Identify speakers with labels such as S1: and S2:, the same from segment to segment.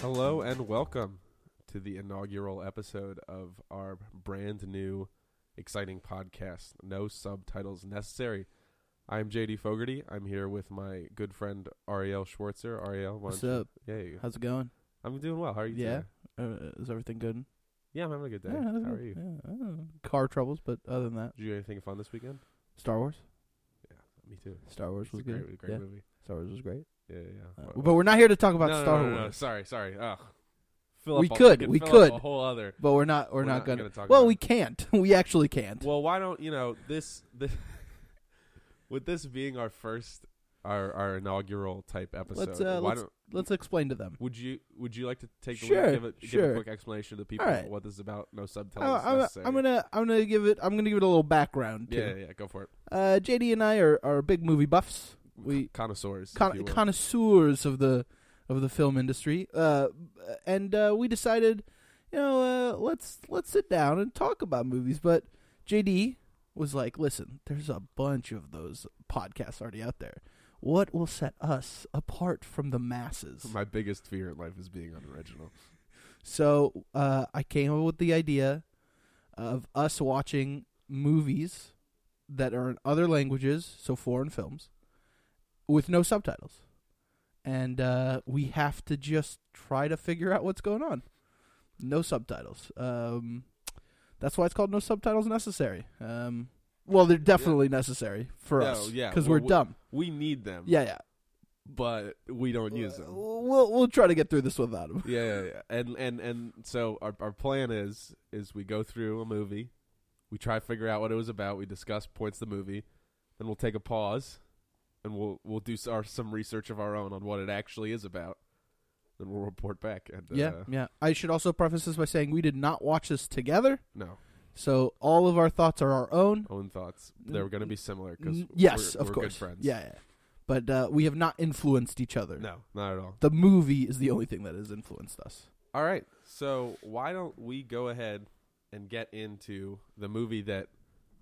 S1: Hello and welcome to the inaugural episode of our brand new, exciting podcast. No subtitles necessary. I'm JD Fogarty. I'm here with my good friend Ariel Schwartzer. Ariel, why
S2: What's
S1: don't you-
S2: up?
S1: Yay.
S2: How's it going?
S1: I'm doing well. How are you
S2: Yeah.
S1: doing?
S2: Uh, is everything good?
S1: Yeah, I'm having a good day.
S2: Yeah,
S1: How are you?
S2: yeah, I don't know. Car troubles, but other than that,
S1: Did you do anything fun this weekend?
S2: Star Wars.
S1: Yeah, me too.
S2: Star Wars
S1: It's
S2: was
S1: a great,
S2: good.
S1: great
S2: yeah.
S1: movie.
S2: Star Wars was great.
S1: Yeah, yeah, yeah.
S2: Uh,
S1: What-
S2: but we're not here to talk about
S1: no, no,
S2: Star
S1: no, no, no,
S2: Wars.
S1: Sorry, sorry. Ugh. Fill
S2: We
S1: up a-
S2: could,
S1: can
S2: we
S1: fill
S2: could.
S1: Up a whole other.
S2: But we're not. We're,
S1: We're
S2: not,
S1: not
S2: gonna.
S1: gonna talk
S2: well,
S1: about
S2: we
S1: it.
S2: can't. we actually can't.
S1: Well, why don't you know this? The with this being our first, our our inaugural type episode.
S2: Let's, uh,
S1: why
S2: let's-
S1: don't
S2: Let's explain to them.
S1: would you would you like to take the
S2: Sure,
S1: lead, give a give a
S2: sure.
S1: quick explanation to the people
S2: All right.
S1: about what this is about? No subtitles.
S2: I,
S1: necessary.
S2: am gonna. I'm gonna give it. I'm gonna give it a little background.
S1: yeah, yeah,
S2: Too.
S1: yeah, go for it.
S2: Uh, JD and I are, are big movie buffs. We
S1: Connoisseurs, if
S2: con-
S1: you will.
S2: connoisseurs of the of the film industry, uh, and uh, we decided, you know, uh, let's let's sit down and talk about movies. But JD was like, "Listen, there's a bunch of those podcasts already out there. What will set us apart from the masses?"
S1: My biggest fear in life is being unoriginal.
S2: So uh, I came up with the idea of us watching movies that are in other languages, so foreign films, with no subtitles. And uh, we have to just try to figure out what's going on. No subtitles. Um, that's why it's called No Subtitles Necessary. Um, well, they're definitely necessary for
S1: No,
S2: us
S1: yeah,
S2: because
S1: well,
S2: we're
S1: we-
S2: dumb.
S1: We need them,
S2: Yeah, Uh, yeah.
S1: but we don't use them.
S2: We'll we'll try to get through this without them.
S1: yeah, yeah, yeah. And and and so our our plan is is we go through a movie, we try to figure out what it was about, we discuss points of the movie, then we'll take a pause, and we'll we'll do s- our some research of our own on what it actually is about. Then we'll report back. And uh,
S2: Yeah, yeah. I should also preface this by saying we did not watch this together,
S1: no
S2: so all of our thoughts are our own.
S1: own thoughts. They're going to be similar because
S2: N- yes, of
S1: we're
S2: course.
S1: good friends.
S2: Yeah, yeah. But uh, we have not influenced each other.
S1: no, not at all.
S2: The movie is the only thing that has influenced us.
S1: All right. So why don't we go ahead and get into the movie that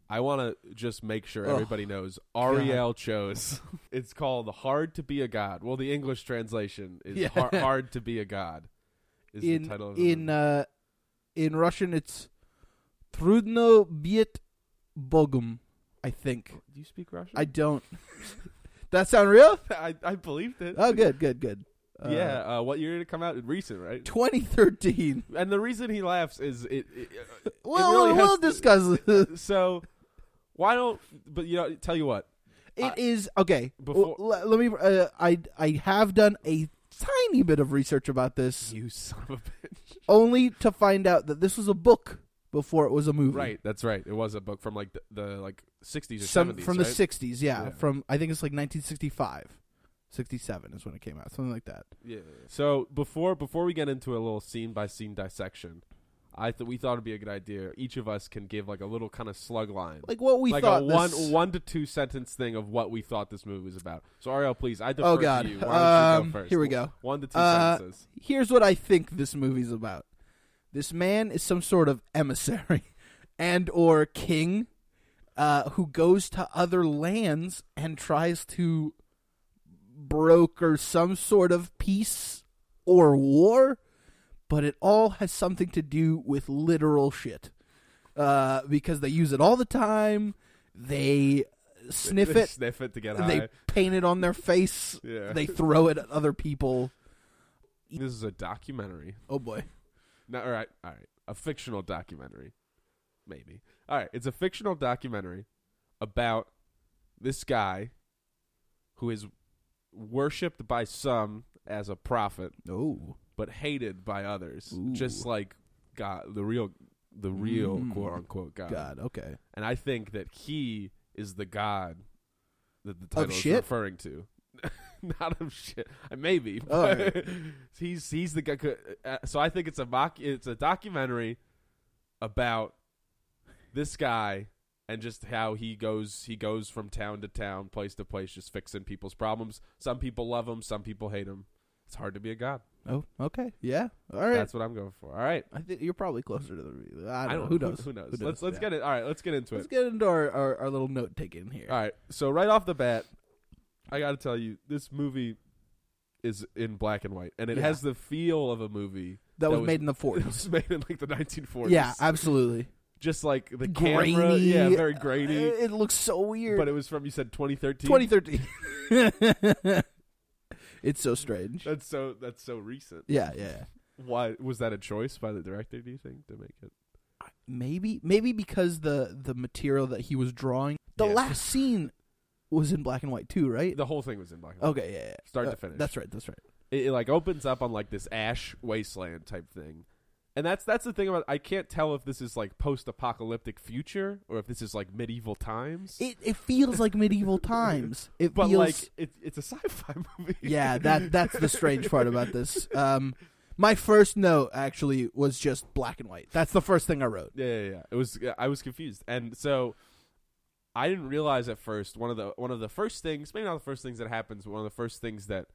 S1: I want to just make sure
S2: Ugh.
S1: everybody knows. Ariel chose. It's called "Hard to Be a God." Well, the English translation is
S2: Yeah.
S1: har "Hard to Be a God." Is
S2: in
S1: the title of the
S2: in
S1: movie.
S2: uh, in Russian, it's Trudno byet Bogum. I think
S1: Do you speak Russian?
S2: uh, I don't. that sound real?
S1: I, I believed it.
S2: Oh, good, good, good. Uh,
S1: yeah. Uh, what year did it come out? Recent, right?
S2: 2013.
S1: And the reason he laughs is it. it
S2: Well,
S1: really has
S2: we'll
S1: to-
S2: discuss. this.
S1: so why don't? But you know, tell you what. I-
S2: It is okay.
S1: Before-
S2: Before, let me. Uh, I I have done a tiny bit of research about this,
S1: You son of a bitch.
S2: only to find out that this was a book before it was a movie.
S1: Right, that's right. It was a book from like the, the like 60s or
S2: Some
S1: 70s,
S2: from
S1: right?
S2: the '60s. Yeah,
S1: Yeah.
S2: from I think it's like 1965, 67 is when it came out, something like that.
S1: Yeah. So before before we get into a little scene by scene dissection, I thought we thought it'd be a good idea. Each of us can give like a little kind of slug line,
S2: Like what we
S1: like
S2: thought.
S1: a one
S2: this-
S1: one to two sentence thing of what we thought this movie was about. So Ariel, please, I defer
S2: Oh,
S1: to
S2: God.
S1: you. Why don't you
S2: Um,
S1: go first?
S2: here we go.
S1: One to two
S2: Uh,
S1: sentences.
S2: Here's what I think this movie's about. This man is some sort of emissary and or king uh, who goes to other lands and tries to broker some sort of peace or war, but it all has something to do with literal shit. Uh, because they use it all the time. They sniff
S1: They
S2: it.
S1: sniff it to get
S2: They
S1: high.
S2: paint it on their face.
S1: yeah.
S2: They throw it at other people.
S1: this is a documentary.
S2: Oh boy.
S1: No, all right, all right. A fictional documentary, maybe. All right, it's a fictional documentary about this guy who is worshipped by some as a prophet,
S2: Oh.
S1: but hated by others,
S2: Ooh.
S1: just like God, the real, the real
S2: Mm.
S1: quote unquote God.
S2: God, okay.
S1: And I think that he is the God that the title is
S2: shit?
S1: referring to. Not of shit, Uh, maybe.
S2: All
S1: but he's he's the guy. uh, So I think it's a mock. It's a documentary about this guy and just how he goes. He goes from town to town, place to place, just fixing people's problems. Some people love him. Some people hate him. It's hard to be a god.
S2: Oh, okay. Yeah. All right.
S1: That's what I'm going for. All right.
S2: I think you're probably closer to the. I
S1: I
S2: don't, know.
S1: don't
S2: Who knows?
S1: Who knows?
S2: Who knows?
S1: Let's let's
S2: Yeah.
S1: get it. All right. Let's get into it.
S2: Let's get into our, our, our little note taking here.
S1: All right. So right off the bat, I got to tell you, this movie is in black and white, and it
S2: Yeah.
S1: has the feel of a movie
S2: that
S1: That
S2: was
S1: was-
S2: made in the
S1: it
S2: 40s.
S1: was made in like the 1940s.
S2: Yeah, absolutely.
S1: just like the
S2: grainy.
S1: camera, yeah, very grainy.
S2: Uh, It looks so weird.
S1: But it was from you said 2013.
S2: 2013. it's so strange.
S1: That's so that's so recent.
S2: Yeah, yeah. yeah.
S1: Why was that a choice by the director? Do you think to make it?
S2: Maybe, maybe because the the material that he was drawing, the
S1: Yeah.
S2: last scene was in black and white too, right?
S1: The whole thing was in black and white.
S2: Okay, yeah, yeah.
S1: Start
S2: Uh,
S1: to finish.
S2: That's right. That's right.
S1: it, it like opens up on like this ash wasteland type thing and that's that's the thing about i can't tell if this is like post-apocalyptic future or if this is like medieval times
S2: It it feels like medieval times. It
S1: but
S2: feels
S1: like it, it's a sci-fi movie
S2: yeah. That that's the strange part about this. Um, my first note actually was just black and white. That's the first thing I wrote.
S1: yeah yeah yeah it was i was confused and so i didn't realize at first one of the one of the first things maybe not the first things that happens but one of the first things that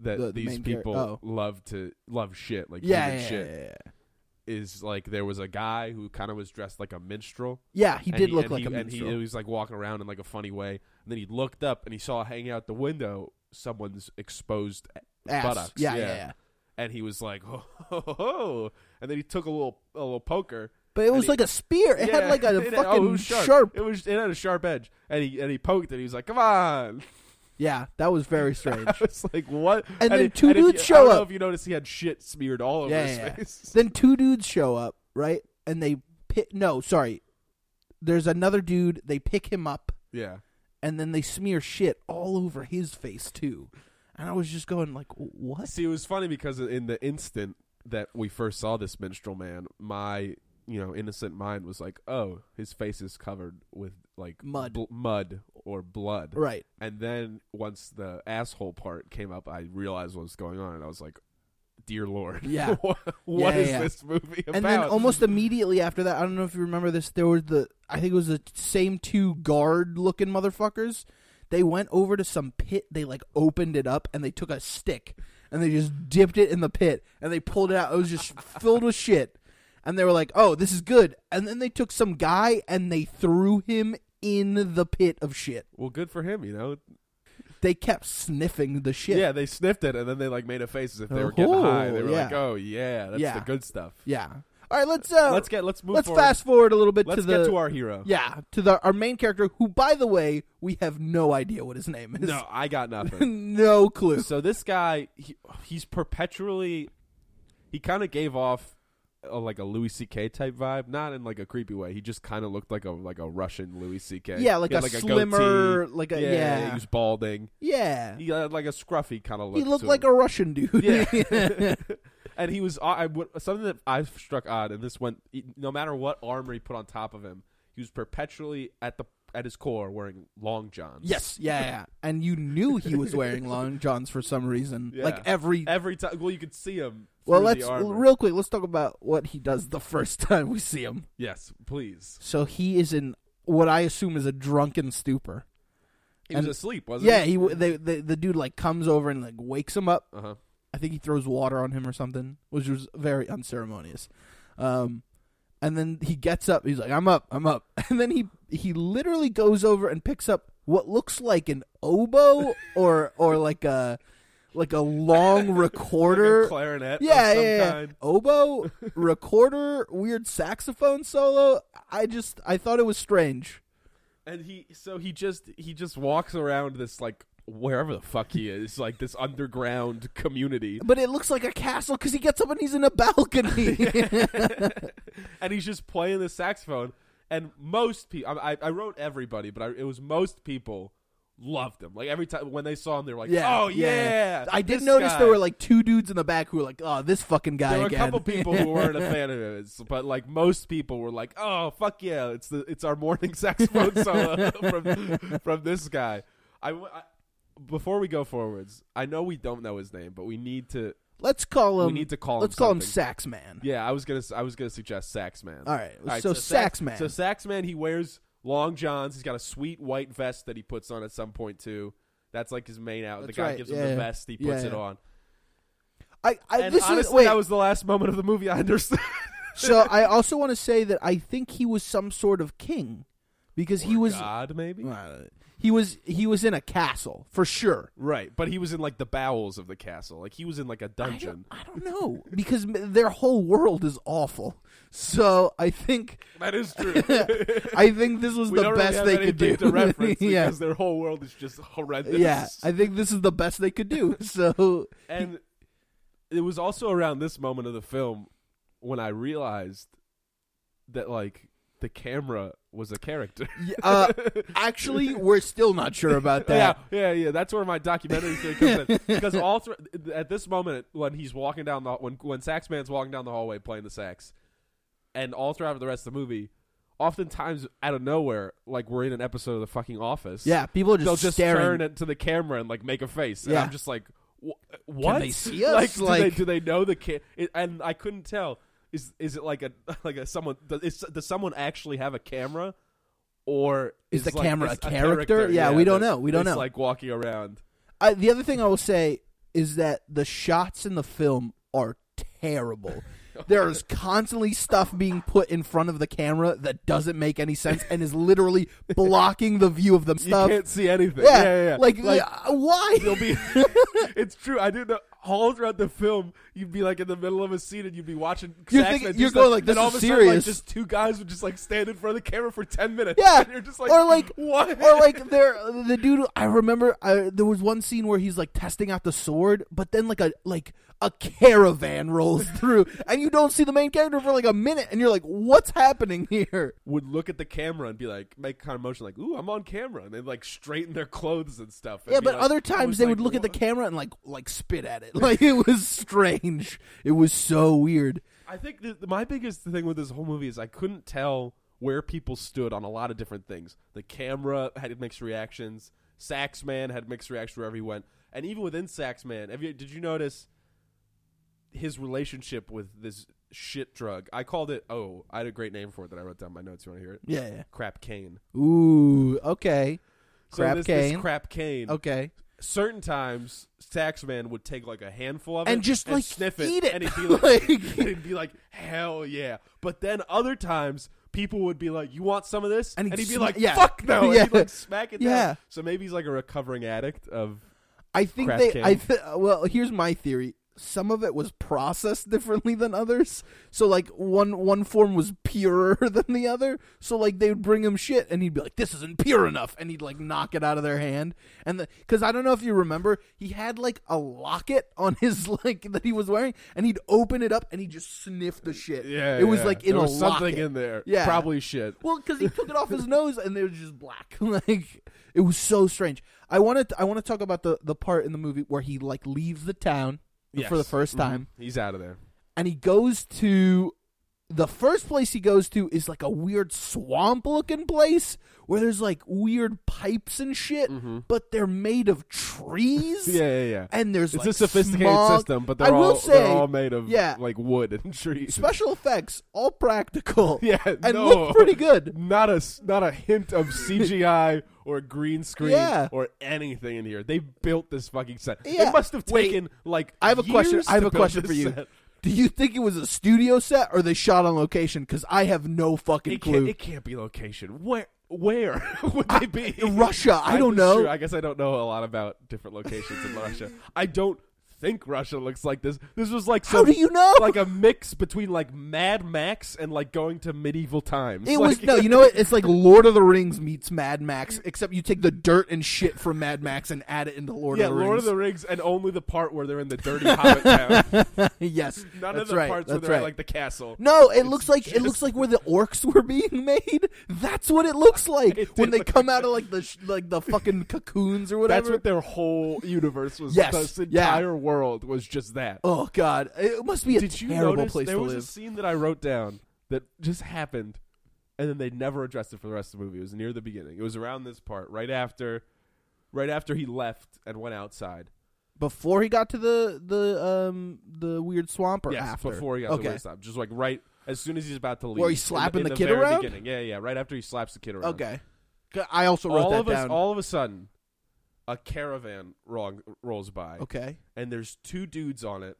S1: that
S2: The- the
S1: these
S2: main char-
S1: people
S2: oh.
S1: love to love shit like
S2: Yeah,
S1: human
S2: yeah,
S1: shit
S2: yeah, yeah, yeah.
S1: is like there was a guy who kind of was dressed like a minstrel
S2: Yeah, he
S1: And
S2: did look
S1: and
S2: like a
S1: and
S2: minstrel.
S1: He, was like walking around in like a funny way, and then he looked up and he saw hanging out the window someone's exposed,
S2: Ass.
S1: buttocks,
S2: Yeah, yeah,
S1: yeah.
S2: yeah,
S1: and he was like, "Ho ho ho!" ho." And then he took a little a little poker.
S2: But it
S1: And
S2: was
S1: he-
S2: like a spear. It had
S1: Yeah.
S2: like a
S1: It- oh, it
S2: fucking
S1: was
S2: sharp.
S1: It was it had a sharp edge, and he and he poked it. He was like, "Come on!"
S2: Yeah, that was very strange.
S1: I was like, "What?"
S2: And then
S1: it-
S2: two
S1: if
S2: dudes
S1: you-
S2: show
S1: I don't know
S2: up.
S1: if you noticed, he had shit smeared all over
S2: Yeah,
S1: his
S2: yeah, yeah.
S1: face.
S2: Then two dudes show up, right? And they pick. No, sorry. There's another dude. They pick him up,
S1: yeah.
S2: and then they smear shit all over his face too. And I was just going like, what?
S1: See, it was funny because in the instant that we first saw this minstrel man, my you know innocent mind was like, "Oh, his face is covered with like
S2: Mud.
S1: bl- mud or blood."
S2: Right.
S1: And then once the asshole part came up, I realized what was going on, and I was like, "Dear Lord,
S2: Yeah.
S1: what,
S2: Yeah,
S1: is
S2: yeah.
S1: this movie about?"
S2: And then almost immediately after that, I don't know if you remember this. There was the I think it was the same two guard looking motherfuckers. They went over to some pit. They like opened it up and they took a stick and they just dipped it in the pit and they pulled it out. It was just filled with shit. And they were like, "Oh, this is good." And then they took some guy and they threw him in the pit of shit.
S1: well, good for him, you know.
S2: They kept sniffing the shit.
S1: Yeah, they sniffed it, and then they like made a face as if they were
S2: Oh,
S1: getting high. They were
S2: yeah.
S1: like, "Oh yeah, that's
S2: Yeah.
S1: the good stuff."
S2: Yeah. All right, let's uh,
S1: Let's get let's move.
S2: let's
S1: forward.
S2: fast forward a little bit
S1: Let's
S2: to the
S1: get to our hero.
S2: Yeah, to the our main character, who, by the way, we have no idea what his name is.
S1: No, I got nothing.
S2: no clue.
S1: so this guy he, he's perpetually he kind of gave off a, like a Louis C.K. type vibe, not in like a creepy way. He just kind of looked like a like a Russian Louis C.K.
S2: Yeah, like
S1: he had,
S2: a slimmer, like a
S1: goatee.
S2: yeah,
S1: yeah,
S2: yeah.
S1: he was balding. He had like a scruffy kind of look.
S2: He looked
S1: to
S2: like
S1: him.
S2: a Russian dude.
S1: yeah. and he was uh, I, would- something that I struck odd, and this went e, no matter what armor he put on top of him, he was perpetually at the at his core wearing long johns.
S2: yes, yeah, yeah. And you knew he was wearing long johns for some reason.
S1: Yeah.
S2: Like every.
S1: every time. Well, you could see him.
S2: well,
S1: through
S2: let's
S1: the armor.
S2: real quick. Let's talk about what he does the first time we see him.
S1: yes, please.
S2: So he is in what I assume is a drunken stupor.
S1: He was
S2: And-
S1: asleep, wasn't
S2: Yeah,
S1: he?
S2: he w- they, they, the dude like comes over and like wakes him up.
S1: Uh huh.
S2: I think he throws water on him or something, which was very unceremonious. Um, and then he gets up. He's like, "I'm up, I'm up." And then he he literally goes over and picks up what looks like an oboe or or like a like a long recorder.
S1: Like a clarinet.
S2: yeah,
S1: of some
S2: yeah, yeah.
S1: Kind.
S2: oboe, recorder, weird saxophone solo. I just I thought it was strange.
S1: And he, so he just he just walks around this like wherever the fuck he is, like this underground community,
S2: But it looks like a castle because he gets up and he's in a balcony.
S1: and he's just playing the saxophone. And most people, I, I- I wrote everybody, but I, it was most people loved him. Like every time when they saw him, they were like,
S2: Yeah,
S1: "Oh yeah!"
S2: I did
S1: this
S2: notice
S1: guy.
S2: there were like two dudes in the back who were like, "Oh, this fucking guy
S1: There were
S2: again."
S1: a couple people who weren't a fan of his, but like most people were like, "Oh fuck yeah, it's the it's our morning saxophone solo from from this guy." I, w- I- before we go forwards, I know we don't know his name, but we need to
S2: let's call him.
S1: we need to call
S2: let's
S1: him.
S2: call him
S1: something.
S2: Sax Man.
S1: Yeah, I was gonna s- I was gonna suggest Saxman.
S2: All right. so, Sax Man.
S1: So Saxman, he wears long johns. He's got a sweet white vest that he puts on at some point too. That's like his main out.
S2: That's
S1: the guy
S2: right,
S1: gives
S2: yeah,
S1: him
S2: yeah.
S1: the vest. He puts
S2: Yeah,
S1: it
S2: yeah.
S1: on.
S2: I, I
S1: And
S2: this
S1: honestly,
S2: is wait.
S1: that was the last moment of the movie. I understood.
S2: so I also want to say that I think he was some sort of king because he
S1: Or
S2: was.
S1: God, maybe.
S2: Uh, he was he was in a castle for sure.
S1: Right, but he was in like the bowels of the castle. Like he was in like a
S2: I
S1: dungeon.
S2: don't, I don't know because m- their whole world is awful. So I think
S1: That is true.
S2: I think this was
S1: we
S2: the
S1: don't
S2: best
S1: really have
S2: they could do.
S1: anything to reference
S2: yeah,
S1: because their whole world is just horrendous.
S2: yeah. I think this is the best they could do. So
S1: and it was also around this moment of the film when I realized that like the camera was a character.
S2: uh, actually, we're still not sure about that.
S1: Yeah, yeah, yeah. That's where my documentary theory comes in because all thr at this moment when he's walking down the when when sax man's walking down the hallway playing the sax, and all throughout the rest of the movie, oftentimes out of nowhere, like we're in an episode of The Fucking Office.
S2: Yeah, people are just,
S1: they'll just
S2: staring.
S1: turn it to the camera and like make a face, and
S2: Yeah.
S1: I'm just like, "Wh- what?
S2: they see us?
S1: Like, do,
S2: Like-
S1: they, do they know the kid? And I couldn't tell. Is is it like a like a someone? Does, is, does someone actually have a camera? Or
S2: Is the
S1: like,
S2: camera
S1: is
S2: a character? Yeah, we don't
S1: that-
S2: know. We don't
S1: that's,
S2: know.
S1: Like walking around.
S2: I, Uh, the other thing I will say is that the shots in the film are terrible. There is constantly stuff being put in front of the camera that doesn't make any sense and is literally blocking the view of the
S1: You
S2: stuff.
S1: can't see anything. yeah,
S2: yeah,
S1: yeah. yeah.
S2: like, uh, why?
S1: You'll be. it's true. I didn't know. All throughout the film, you'd be like in the middle of a scene and you'd be watching.
S2: You're
S1: Saxman
S2: thinking-
S1: do
S2: you're
S1: stuff,
S2: going like,
S1: and
S2: this
S1: all
S2: is
S1: of a sudden, like,
S2: serious.
S1: just two guys would just like stand in front of the camera for ten minutes.
S2: Yeah.
S1: and you're just like,
S2: Or, like-
S1: what?
S2: or like there the dude i remember I, there was one scene where he's like testing out the sword but then like a like a caravan rolls through and you don't see the main character for like a minute and you're like what's happening here
S1: would look at the camera and be like, make kind of motion like, "Ooh, I'm on camera," and they like straighten their clothes and stuff. and
S2: yeah
S1: be
S2: but
S1: like-
S2: other
S1: I
S2: times
S1: was
S2: they
S1: like,
S2: would look at the
S1: "Wha-"
S2: camera and like like spit at it like it was strange it was so weird
S1: I think th- my biggest thing with this whole movie is I couldn't tell where people stood on a lot of different things. The camera had mixed reactions. Saxman had mixed reactions wherever he went, and even within Saxman, have you, did you notice his relationship with this shit drug? I called it. Oh, I had a great name for it that I wrote down in my notes. You want to hear it?
S2: yeah
S1: Crap cane.
S2: yeah ooh okay
S1: so
S2: Crap
S1: this, this
S2: cane.
S1: crap cane.
S2: okay
S1: certain times Saxman would take like a handful of it
S2: And just, like,
S1: sniff
S2: eat it.
S1: and he'd be like,
S2: Like-
S1: and he'd be like hell yeah but then other times people would be like you want some of this
S2: And
S1: and
S2: he'd
S1: he'd, be
S2: sma-
S1: like
S2: yeah.
S1: fuck no and
S2: Yeah.
S1: he'd like smack it
S2: Yeah.
S1: down so maybe he's like a recovering addict of
S2: I think
S1: Crap
S2: they.
S1: can.
S2: I th- well, here's my theory. Some of it was processed differently than others. So like one one form was purer than the other. So like they would bring him shit, and he'd be like, "This isn't pure enough," and he'd like knock it out of their hand. And because I don't know if you remember, he had like a locket on his like that he was wearing, and he'd open it up and he just sniffed the shit.
S1: yeah
S2: it was
S1: yeah.
S2: like in
S1: There
S2: a
S1: was something
S2: locket.
S1: in there
S2: Yeah.
S1: probably shit
S2: Well, because he took it off his nose and it was just black. like it was so strange. I wanted I want to talk about the the part in the movie where he like leaves the town for the
S1: Yes.
S2: 1st
S1: Mhm.
S2: time
S1: he's out of there
S2: and he goes to the first place he goes to is like a weird swamp looking place where there's like weird pipes and shit, but they're made of trees.
S1: Mm-hmm. yeah yeah yeah
S2: And there's
S1: it's
S2: like
S1: a sophisticated
S2: smog.
S1: system but
S2: I
S1: they're
S2: will
S1: all
S2: say,
S1: they're all made of
S2: yeah.
S1: like wood and trees
S2: special effects, all practical.
S1: Yeah,
S2: and
S1: no.
S2: look pretty good.
S1: not a s- not a hint of CGI or green screen
S2: Yeah.
S1: or anything in here. They built this fucking set.
S2: Yeah.
S1: It must have
S2: Wait,
S1: taken like
S2: I have a question.
S1: years
S2: I have
S1: to
S2: a
S1: build
S2: question
S1: this
S2: for you.
S1: set.
S2: Do you think it was a studio set or they shot on location? Because I have no fucking
S1: It can't,
S2: clue.
S1: it can't be location. Where where would they be?
S2: Russia, I don't
S1: it's
S2: know.
S1: true. I guess I don't know a lot about different locations in Russia. I don't think Russia looks like this. This was like
S2: How
S1: some-
S2: do you know?
S1: Like a mix between like Mad Max and like going to medieval times.
S2: it
S1: Like-
S2: was no, you know what? It's like Lord of the Rings meets Mad Max, except you take the dirt and shit from Mad Max and add it into Lord
S1: yeah,
S2: of the
S1: Lord of
S2: Rings.
S1: the Rings, and only the part where they're in the dirty Hobbit town.
S2: yes,
S1: None
S2: that's
S1: of the
S2: right,
S1: parts where
S2: that's
S1: they're
S2: right.
S1: at, like the castle.
S2: no, it looks like it
S1: just-
S2: looks like where the orcs were being made. That's what it looks like
S1: It
S2: when
S1: did
S2: they
S1: look
S2: come out of like the sh- like the fucking cocoons or whatever.
S1: That's what their whole universe was.
S2: Yes,
S1: this
S2: yeah.
S1: entire world was just that.
S2: oh god, it must be a
S1: Did you
S2: terrible
S1: notice
S2: place
S1: there
S2: to
S1: was
S2: live.
S1: a scene that I wrote down that just happened, and then they never addressed it for the rest of the movie. It was near the beginning. It was around this part, right after, right after he left and went outside.
S2: before he got to the the um the weird swamp or
S1: yes,
S2: after
S1: before he got
S2: okay.
S1: to the stop, just like right as soon as he's about to leave.
S2: he's
S1: in
S2: slapping
S1: in
S2: the
S1: the,
S2: kid
S1: very
S2: around?
S1: Beginning. Yeah, yeah. Right after he slaps the kid around.
S2: Okay. I also wrote
S1: all
S2: that
S1: of
S2: down.
S1: us, all of a sudden, a caravan wrong, rolls by,
S2: okay.
S1: and there's two dudes on it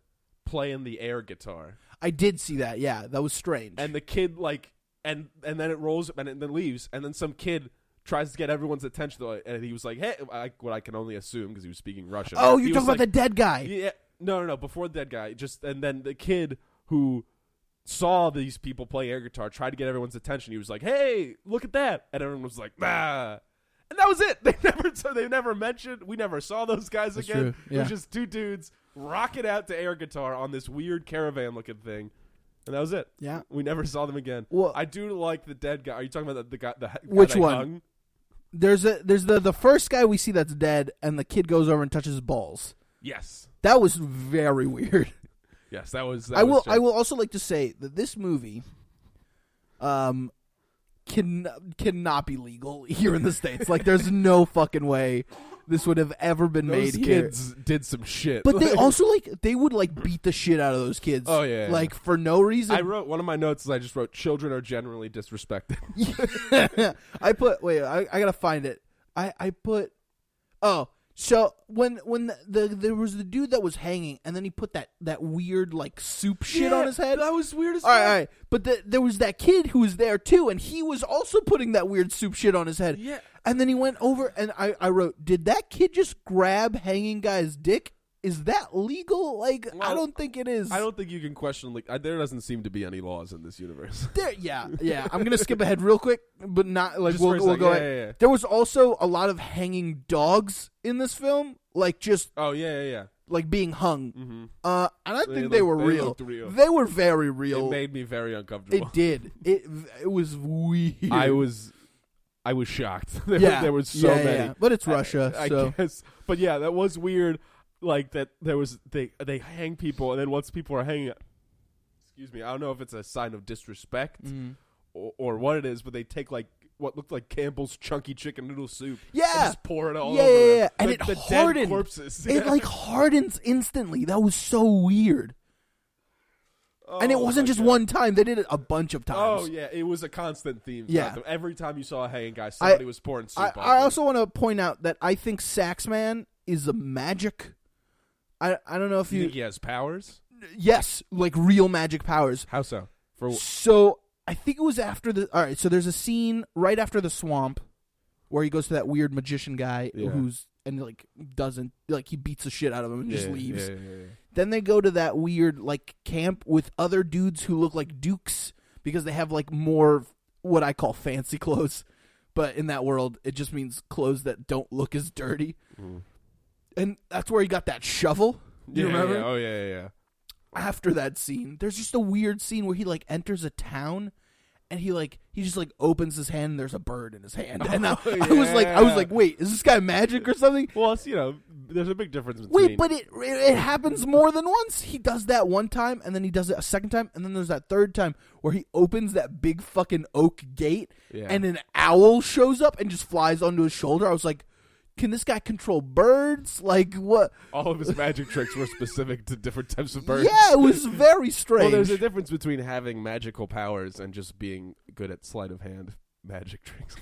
S1: playing the air guitar,
S2: I did see that. Yeah, that was strange.
S1: and the kid like, and and then it rolls and it then leaves, and then some kid tries to get everyone's attention, though, and he was like, "Hey," I, what I can only assume because he was speaking Russian.
S2: Oh, you're
S1: He
S2: talking
S1: was
S2: about the dead guy.
S1: like, yeah, no, no, no. Before the dead guy, just and then the kid who saw these people play air guitar tried to get everyone's attention. He was like, "Hey, look at that!" and everyone was like, "Nah." And that was it. They never, so they never mentioned. We never saw those guys
S2: That's
S1: again.
S2: true,
S1: It
S2: yeah.
S1: was just two dudes rocking out to air guitar on this weird caravan-looking thing, and that was it.
S2: Yeah.
S1: We never saw them again.
S2: Well-
S1: I do like the dead guy. Are you talking about the, the guy? The guy
S2: Which
S1: they
S2: one?
S1: hung?
S2: There's a there's the the first guy we see that's dead, and the kid goes over and touches his balls.
S1: Yes,
S2: That was very weird.
S1: yes. That was. That
S2: I
S1: was
S2: will
S1: just-
S2: I will also like to say that this movie, um, can cannot be legal here in the states. like, there's no fucking way this would have ever been
S1: Those
S2: made here.
S1: kids did some shit.
S2: But they
S1: Like-
S2: also like they would like beat the shit out of those kids.
S1: Oh, yeah, yeah.
S2: like for no reason.
S1: I wrote one of my notes. Is I just wrote children are generally disrespected.
S2: I put wait, I, I gotta find it. I I put oh so when when the, the there was the dude that was hanging and then he put that that weird like soup shit on his head.
S1: That was weird as
S2: All right, all right, but the, there was that kid who was there too, and he was also putting that weird soup shit on his head.
S1: Yeah.
S2: and then he went over, and I, I wrote, "Did that kid just grab hanging guy's dick? Is that legal? Like, I
S1: Well,
S2: don't think it is.
S1: I don't think you can question. Like, I, there doesn't seem to be any laws in this universe.
S2: There, yeah, yeah. I'm gonna skip ahead real quick, but not like
S1: Just
S2: we'll,
S1: for a
S2: we'll
S1: sec.
S2: go.
S1: Yeah,
S2: ahead.
S1: yeah, yeah.
S2: There was also a lot of hanging dogs in this film, like just
S1: oh yeah, yeah, yeah.
S2: like being hung.
S1: Mhm.
S2: Uh, and I
S1: They
S2: think
S1: look-
S2: they were
S1: they
S2: real.
S1: looked real.
S2: They were very real.
S1: It made me very uncomfortable.
S2: It did. It it was weird.
S1: I was, I was shocked. there,
S2: yeah.
S1: there was so
S2: Yeah, yeah,
S1: many.
S2: yeah. But it's Russia,
S1: I, I
S2: so
S1: guess. But yeah, that was weird. Like that, there was they they hang people, and then once people are hanging, excuse me, I don't know if it's a sign of disrespect
S2: Mm.
S1: or, or what it is, but they take like what looked like Campbell's chunky chicken noodle soup,
S2: Yeah.
S1: and just pour it all
S2: Yeah,
S1: over,
S2: yeah,
S1: them.
S2: yeah. And
S1: Like,
S2: it
S1: the
S2: hardened.
S1: dead corpses.
S2: it
S1: Yeah.
S2: like hardens instantly. That was so weird. and
S1: Oh,
S2: it wasn't
S1: my
S2: just
S1: God.
S2: one time. They did it a bunch of times.
S1: Oh yeah, it was a constant theme.
S2: Yeah.
S1: throughout them. every time you saw a hanging guy, somebody was pouring soup.
S2: I,
S1: on
S2: I
S1: them.
S2: also want to point out that I think Saxman is a magic. I I don't know if
S1: you
S2: you
S1: think he has powers?
S2: yes like real magic powers.
S1: How so? For
S2: So I think it was after the all right. So there's a scene right after the swamp where he goes to that weird magician guy
S1: Yeah.
S2: who's and like doesn't like he beats the shit out of him and just
S1: Yeah,
S2: leaves.
S1: yeah, yeah, yeah.
S2: Then they go to that weird like camp with other dudes who look like dukes because they have like more what I call fancy clothes, but in that world it just means clothes that don't look as dirty.
S1: Mhm.
S2: And that's where he got that shovel. Do you
S1: Yeah,
S2: remember?
S1: yeah, oh yeah, yeah, yeah.
S2: After that scene, there's just a weird scene where he like enters a town and he like he just like opens his hand and there's a bird in his hand. And I,
S1: Oh,
S2: I was like I was
S1: yeah.
S2: like, "Wait, is this guy magic or something?"
S1: Well, it's you know, there's a big difference between.
S2: Wait, but it, it it happens more than once. He does that one time, and then he does it a second time, and then there's that third time where he opens that big fucking oak gate,
S1: Yeah.
S2: and an owl shows up and just flies onto his shoulder. I was like, can this guy control birds? Like what?
S1: all of his magic tricks were specific to different types of birds.
S2: Yeah, it was very strange.
S1: Well, there's a difference between having magical powers and just being good at sleight of hand magic tricks.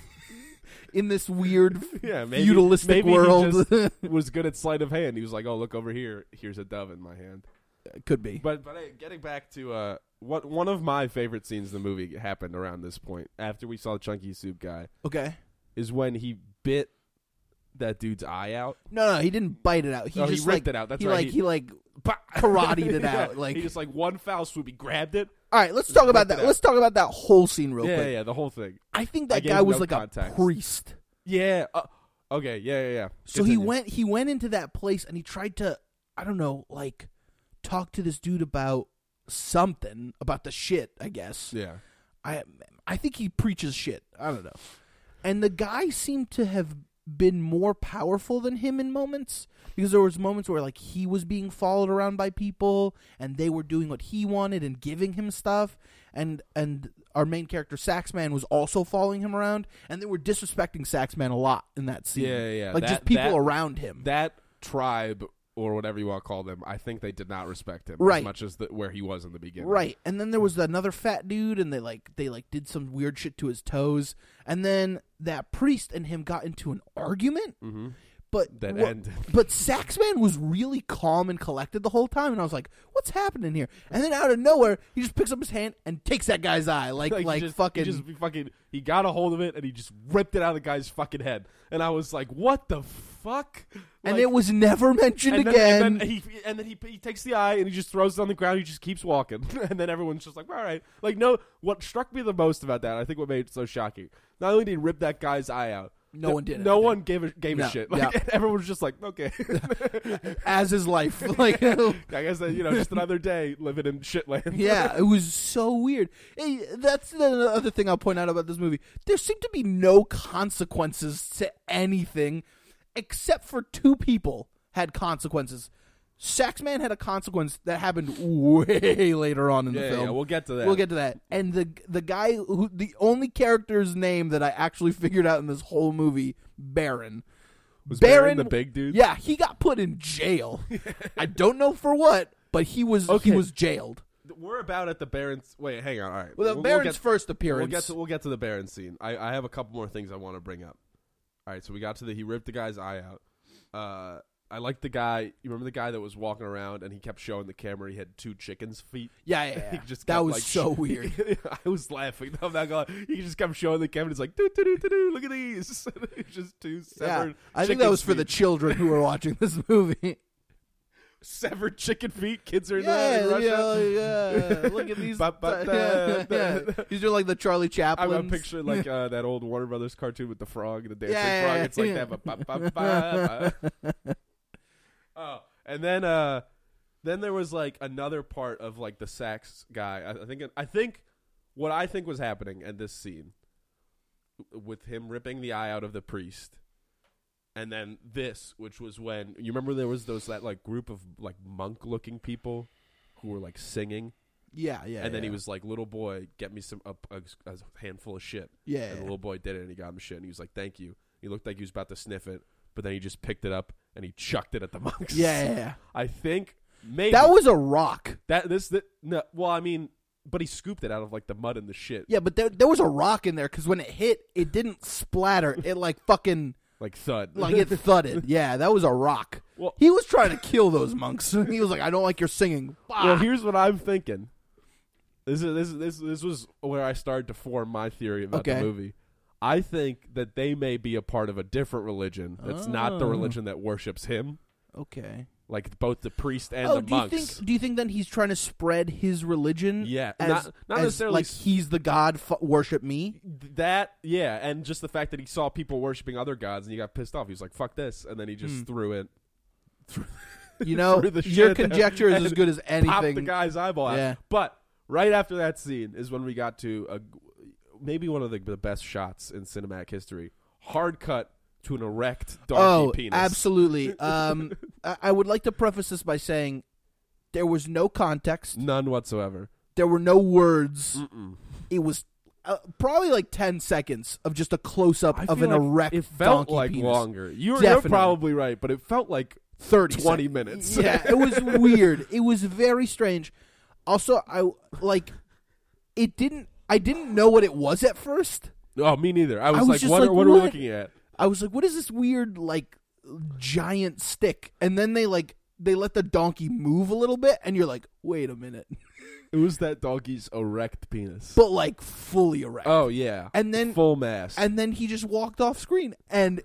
S2: in this weird
S1: yeah, maybe,
S2: feudalistic
S1: maybe he
S2: world.
S1: just was good at sleight of hand. He was like, "Oh, look over here. Here's a dove in my hand."
S2: could be.
S1: But but hey, getting back to uh, what one of my favorite scenes in the movie happened around this point after we saw the Chunky Soup guy
S2: Okay.
S1: is when he bit that dude's eye out.
S2: No, no, he didn't bite it out. He
S1: Oh, he
S2: just
S1: ripped
S2: like,
S1: it out. That's
S2: he
S1: right.
S2: like
S1: He-
S2: he like
S1: Bah!
S2: Karate it
S1: Yeah.
S2: out, like-
S1: he just like one foul swoop, he grabbed it.
S2: All right, let's talk about
S1: ripped it
S2: that.
S1: out.
S2: Let's talk about that whole scene real
S1: Yeah,
S2: quick.
S1: yeah, yeah, the whole thing.
S2: I think
S1: I
S2: that
S1: gave
S2: guy
S1: him
S2: was
S1: no
S2: like
S1: context.
S2: a priest.
S1: Yeah. Uh, okay. Yeah. Yeah. yeah.
S2: So he
S1: Continue.
S2: went he went into that place and he tried to I don't know, like talk to this dude about something about the shit, I guess.
S1: Yeah.
S2: I I think he preaches shit. I don't know. And the guy seemed to have been more powerful than him in moments because there was moments where like he was being followed around by people and they were doing what he wanted and giving him stuff and and our main character Saxman was also following him around and they were disrespecting Saxman a lot in that scene.
S1: Yeah, yeah, yeah.
S2: Like just
S1: That-
S2: people
S1: that-
S2: around him.
S1: That tribe or whatever you want to call them, I think they did not respect him
S2: Right.
S1: as much as the, where he was in the beginning.
S2: Right. And then there was another fat dude and they like they like did some weird shit to his toes. And then that priest and him got into an argument.
S1: Mm-hmm.
S2: But
S1: That
S2: wha-
S1: end.
S2: but Saxman was really calm and collected the whole time, and I was like, "What's happening here?" And then out of nowhere, he just picks up his hand and takes that guy's eye, like like,
S1: he just,
S2: fucking.
S1: he just fucking he got a hold of it and he just ripped it out of the guy's fucking head. And I was like, what the fuck?
S2: and
S1: Like,
S2: it was never mentioned
S1: and then,
S2: again.
S1: And then, he, and then he, he takes the eye and he just throws it on the ground. He just keeps walking. and then everyone's just like, all right. Like, no, what struck me the most about that, I think what made it so shocking, not only did he rip that guy's eye out,
S2: No one did
S1: No
S2: anything.
S1: one gave a, gave
S2: No,
S1: a shit.
S2: yeah.
S1: Like, Everyone was just like, okay.
S2: as his life. Like,
S1: I guess, uh, you know, just another day living in shitland.
S2: yeah, it was so weird. Hey, that's the other thing I'll point out about this movie. There seemed to be no consequences to anything, except for two people had consequences. Saxman had a consequence that happened way later on in
S1: Yeah,
S2: the
S1: yeah,
S2: film.
S1: we'll get to that.
S2: We'll get to that. And the the guy who the only character's name that I actually figured out in this whole movie, Baron.
S1: Was Baron the big dude?
S2: Yeah, he got put in jail. I don't know for what, but he was
S1: Okay.
S2: he was jailed.
S1: We're about at the Baron's. Wait, hang on. All right.
S2: Well, the
S1: We'll- we'll
S2: Baron's
S1: get-
S2: first appearance.
S1: We'll get to we'll get to the Baron scene. I, I have a couple more things I want to bring up. All right, so we got to the he ripped the guy's eye out. Uh, I like the guy. You remember the guy that was walking around and he kept showing the camera he had two chickens' feet.
S2: yeah, yeah,
S1: He
S2: yeah.
S1: just
S2: that
S1: kept,
S2: was
S1: like,
S2: so
S1: sh-
S2: weird.
S1: I was laughing. I'm not gonna. lie. He just kept showing the camera. It's like doo doo doo doo doo. Look at these. It's just two
S2: Yeah.
S1: severed.
S2: I think that
S1: chicken
S2: was for the
S1: feet.
S2: children who were watching this movie.
S1: severed chicken feet. Kids are in,
S2: yeah,
S1: the, in Russia.
S2: yeah, yeah. Look at these.
S1: Ba- ba-
S2: yeah,
S1: da- da-
S2: yeah. These are like the Charlie
S1: I,
S2: Chaplin.
S1: I'm picturing like uh, that old Warner Brothers cartoon with the frog and the dancing
S2: Yeah,
S1: frog.
S2: yeah,
S1: It's like
S2: yeah.
S1: that. But ba, ba, ba, ba. oh, and then uh, then there was like another part of like the sax guy. I, I think I think what I think was happening at this scene with him ripping the eye out of the priest. And then this, which was when you remember there was those that like group of like monk looking people who were like singing,
S2: Yeah, yeah.
S1: and then he
S2: yeah.
S1: was like, "Little boy, get me some a, a, a handful of shit."
S2: Yeah.
S1: And the little boy did it, and he got him shit, and he was like, "Thank you." He looked like he was about to sniff it, but then he just picked it up and he chucked it at the monks.
S2: yeah, yeah, yeah.
S1: I think maybe
S2: That
S1: that,
S2: was a rock.
S1: this that, no. Well, I mean, but he scooped it out of like the mud and the shit,
S2: Yeah, but there there was a rock in there because when it hit, it didn't splatter. It like fucking
S1: like thud.
S2: like it thudded. Yeah, that was a rock.
S1: Well-
S2: he was trying to kill those monks. He was like, "I don't like your singing."
S1: well, here's what I'm thinking. This is this is- this this was where I started to form my theory about
S2: Okay.
S1: the movie. I think that they may be a part of a different religion that's not the
S2: Oh.
S1: religion that worships him.
S2: Okay.
S1: like both the priest and
S2: oh,
S1: the
S2: do
S1: monks.
S2: you think? Do you think then he's trying to spread his religion?
S1: Yeah,
S2: as,
S1: not- not
S2: as,
S1: necessarily
S2: Like
S1: s-
S2: he's the god. F- worship me.
S1: that yeah, and just the fact that he saw people worshiping other gods and he got pissed off. He was like, "Fuck this," and then he
S2: Hmm.
S1: just threw it.
S2: You know,
S1: Threw the
S2: your
S1: shit at
S2: conjecture is
S1: him
S2: as good as
S1: Popped the
S2: anything.
S1: guy's eyeball out.
S2: Yeah.
S1: But right after that scene is when we got to a, maybe one of the, the best shots in cinematic history. Hard cut to an erect donkey
S2: oh,
S1: penis.
S2: absolutely. Um, I, I would like to preface this by saying there was no context.
S1: None whatsoever.
S2: There were no words.
S1: Mm-mm.
S2: it was uh, probably like 10 seconds of just a close up
S1: I
S2: of
S1: feel
S2: an
S1: like
S2: erect
S1: It felt
S2: donkey
S1: like
S2: penis.
S1: longer. You're, you're
S2: Definitely.
S1: probably right, but it felt like
S2: 30
S1: 20
S2: sec-
S1: minutes.
S2: yeah, it was weird. It was very strange. Also, I like it didn't I didn't know what it was at first.
S1: oh, me neither. I was,
S2: was
S1: like,
S2: just
S1: what,
S2: like,
S1: are, what are we
S2: what?
S1: looking at?
S2: I was like what is this weird like giant stick? And then they like they let the donkey move a little bit and you're like wait a minute.
S1: It was that donkey's erect penis.
S2: But like fully erect.
S1: Oh yeah,
S2: And then-
S1: full mass,
S2: and then he just walked off screen and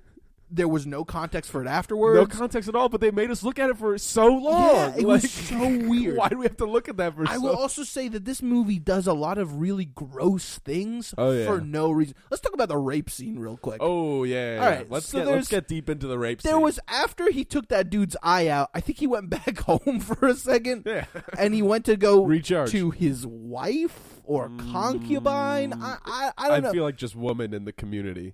S2: there was no context for it afterwards.
S1: no context at all. But they made us look at it for so long.
S2: Yeah, it was so weird.
S1: Why do we have to look at that for?
S2: I
S1: so
S2: will also say that this movie does a lot of really gross things
S1: Oh, yeah.
S2: for no reason. Let's talk about the rape scene real quick.
S1: Oh yeah, yeah,
S2: All
S1: yeah.
S2: right,
S1: Let's
S2: so
S1: get let's
S2: there's-
S1: get deep into the rape.
S2: There
S1: scene.
S2: was after he took that dude's eye out. I think he went back home for a second,
S1: yeah.
S2: and he went to go
S1: Recharge. Mm.
S2: to his wife or concubine. I, I I don't know,
S1: feel like just woman in the community.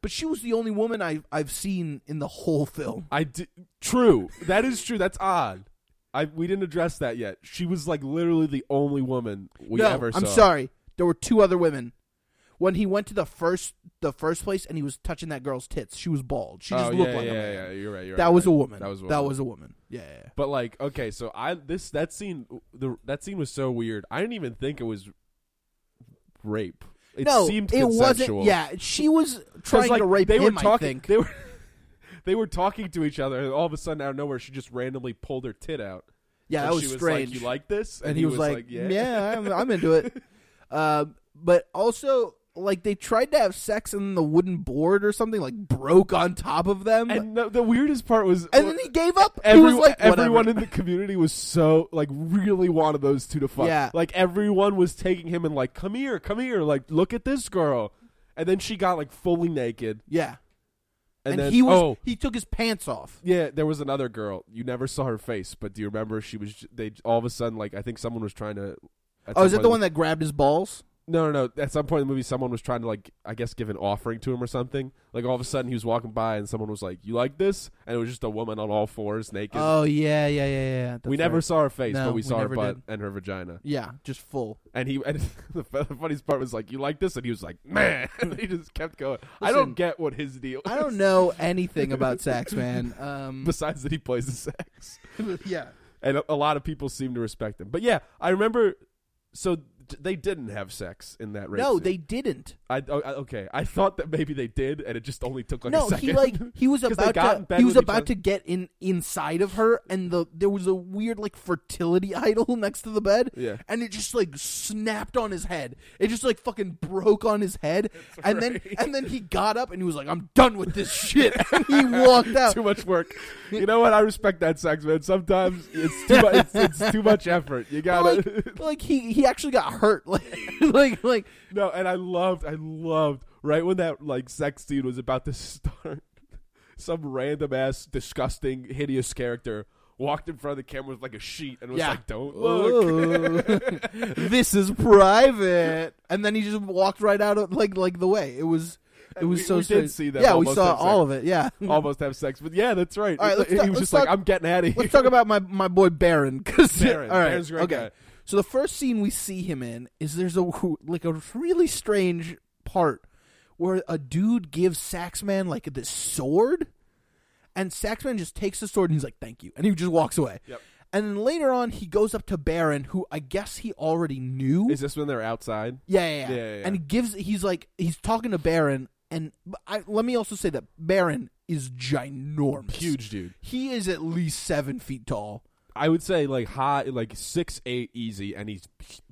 S2: but she was the only woman I I've seen in the whole film.
S1: I di- true. That is true. That's odd. I we didn't address that yet. She was like literally the only woman we
S2: no,
S1: ever saw.
S2: I'm sorry. There were two other women. When he went to the first the first place and he was touching that girl's tits, she was bald. She
S1: Oh,
S2: just
S1: yeah,
S2: looked like
S1: yeah,
S2: a
S1: yeah,
S2: man.
S1: yeah. You're right. You're
S2: that
S1: right,
S2: was
S1: right.
S2: a woman.
S1: That was a woman.
S2: That was a woman. Yeah. yeah, yeah.
S1: But like, okay, so I this that scene the that scene was so weird. I didn't even think it was rape. It
S2: no,
S1: seemed
S2: it
S1: consensual.
S2: wasn't. Yeah, she was
S1: 'Cause,
S2: trying
S1: like,
S2: to rape
S1: they
S2: him.
S1: Were talking,
S2: I think.
S1: They were they were talking to each other, and all of a sudden, out of nowhere, she just randomly pulled her tit out.
S2: Yeah,
S1: and
S2: that was
S1: she was
S2: strange.
S1: Like, you like this?
S2: and, he was, like, "Yeah, I'm, I'm into it." Um, but also, like, they tried to have sex, and the wooden board or something like broke on top of them, and,
S1: And the, the weirdest part was,
S2: then he gave up.
S1: Every-
S2: he was like,
S1: everyone
S2: "Whatever."
S1: in the community was so like really wanted those two to fuck.
S2: Yeah.
S1: Like everyone was taking him and like, come here, come here, like look at this girl. And then she got like fully naked.
S2: yeah,
S1: And, then
S2: he was
S1: oh
S2: he took his pants off.
S1: yeah, there was another girl. You never saw her face, but do you remember she was j- they all of a sudden like I think someone was trying to at
S2: Oh, is
S1: some point in
S2: it the one that grabbed his balls?
S1: No, no, no. At some point in the movie, someone was trying to like, I guess, give an offering to him or something. Like all of a sudden, he was walking by and someone was like, "You like this?" And it was just a woman on all fours, naked.
S2: Oh yeah, yeah, yeah, yeah. That's
S1: we never
S2: right.
S1: saw her face,
S2: No,
S1: but we
S2: we
S1: saw her
S2: never
S1: butt
S2: did.
S1: and her vagina.
S2: Yeah, just full.
S1: And he and the fu- the funniest part was like, "You like this?" And he was like, "Man," and he just kept going. I
S2: Listen,
S1: don't get what his deal. Is,
S2: I don't know anything about sex, man. Um,
S1: Besides that, he plays the sex,
S2: yeah,
S1: and a, a lot of people seem to respect him. But yeah, I remember. So d- they didn't have sex in that race.
S2: no, they didn't.
S1: I, oh, I- okay. I thought that maybe they did, and it just only took like
S2: no,
S1: a second.
S2: he like he was
S1: 'Cause they
S2: about
S1: got in
S2: to
S1: bed
S2: he was
S1: with each
S2: about
S1: other.
S2: to get in inside of her, and the there was a weird like fertility idol next to the bed,
S1: Yeah.
S2: and it just like snapped on his head. It just like fucking broke on his head, and then
S1: right.
S2: and then he got up and he was like, "I'm done with this shit," and he walked out.
S1: too much work. You know what? I respect that sex, man. Sometimes it's too much. It's, it's too much effort. You
S2: But,
S1: gotta.
S2: like, but, like he he actually got hurt, like like like
S1: no, and I loved. I loved right when that like sex scene was about to start. Some random ass, disgusting, hideous character walked in front of the camera with like a sheet and was
S2: Yeah.
S1: like, "Don't look."
S2: Ooh. this is private. And then he just walked right out of like like the way. It was it
S1: And
S2: was
S1: we-
S2: so
S1: we did
S2: strange.
S1: see them
S2: yeah, we
S1: almost
S2: saw
S1: have sex.
S2: all of it. Yeah.
S1: Almost have sex, but yeah, that's right.
S2: All right, let's
S1: he
S2: talk-
S1: was
S2: let's
S1: just
S2: talk-
S1: like, "I'm getting out of here."
S2: Let's talk about my my boy Baron cuz
S1: Baron.
S2: all right.
S1: Baron's a great
S2: okay.
S1: guy.
S2: So the first scene we see him in is there's a like a really strange part where a dude gives Saxman like this sword and Saxman just takes the sword and he's like thank you and he just walks away.
S1: Yep.
S2: And then later on he goes up to Baron who I guess he already knew.
S1: Is this when they're outside?
S2: Yeah, yeah, yeah.
S1: Yeah, yeah, yeah.
S2: And he gives he's like he's talking to Baron, and but I, let me also say that Baron is ginormous,
S1: Huge dude.
S2: He is at least seven feet tall.
S1: I would say like high, like six eight easy, and he's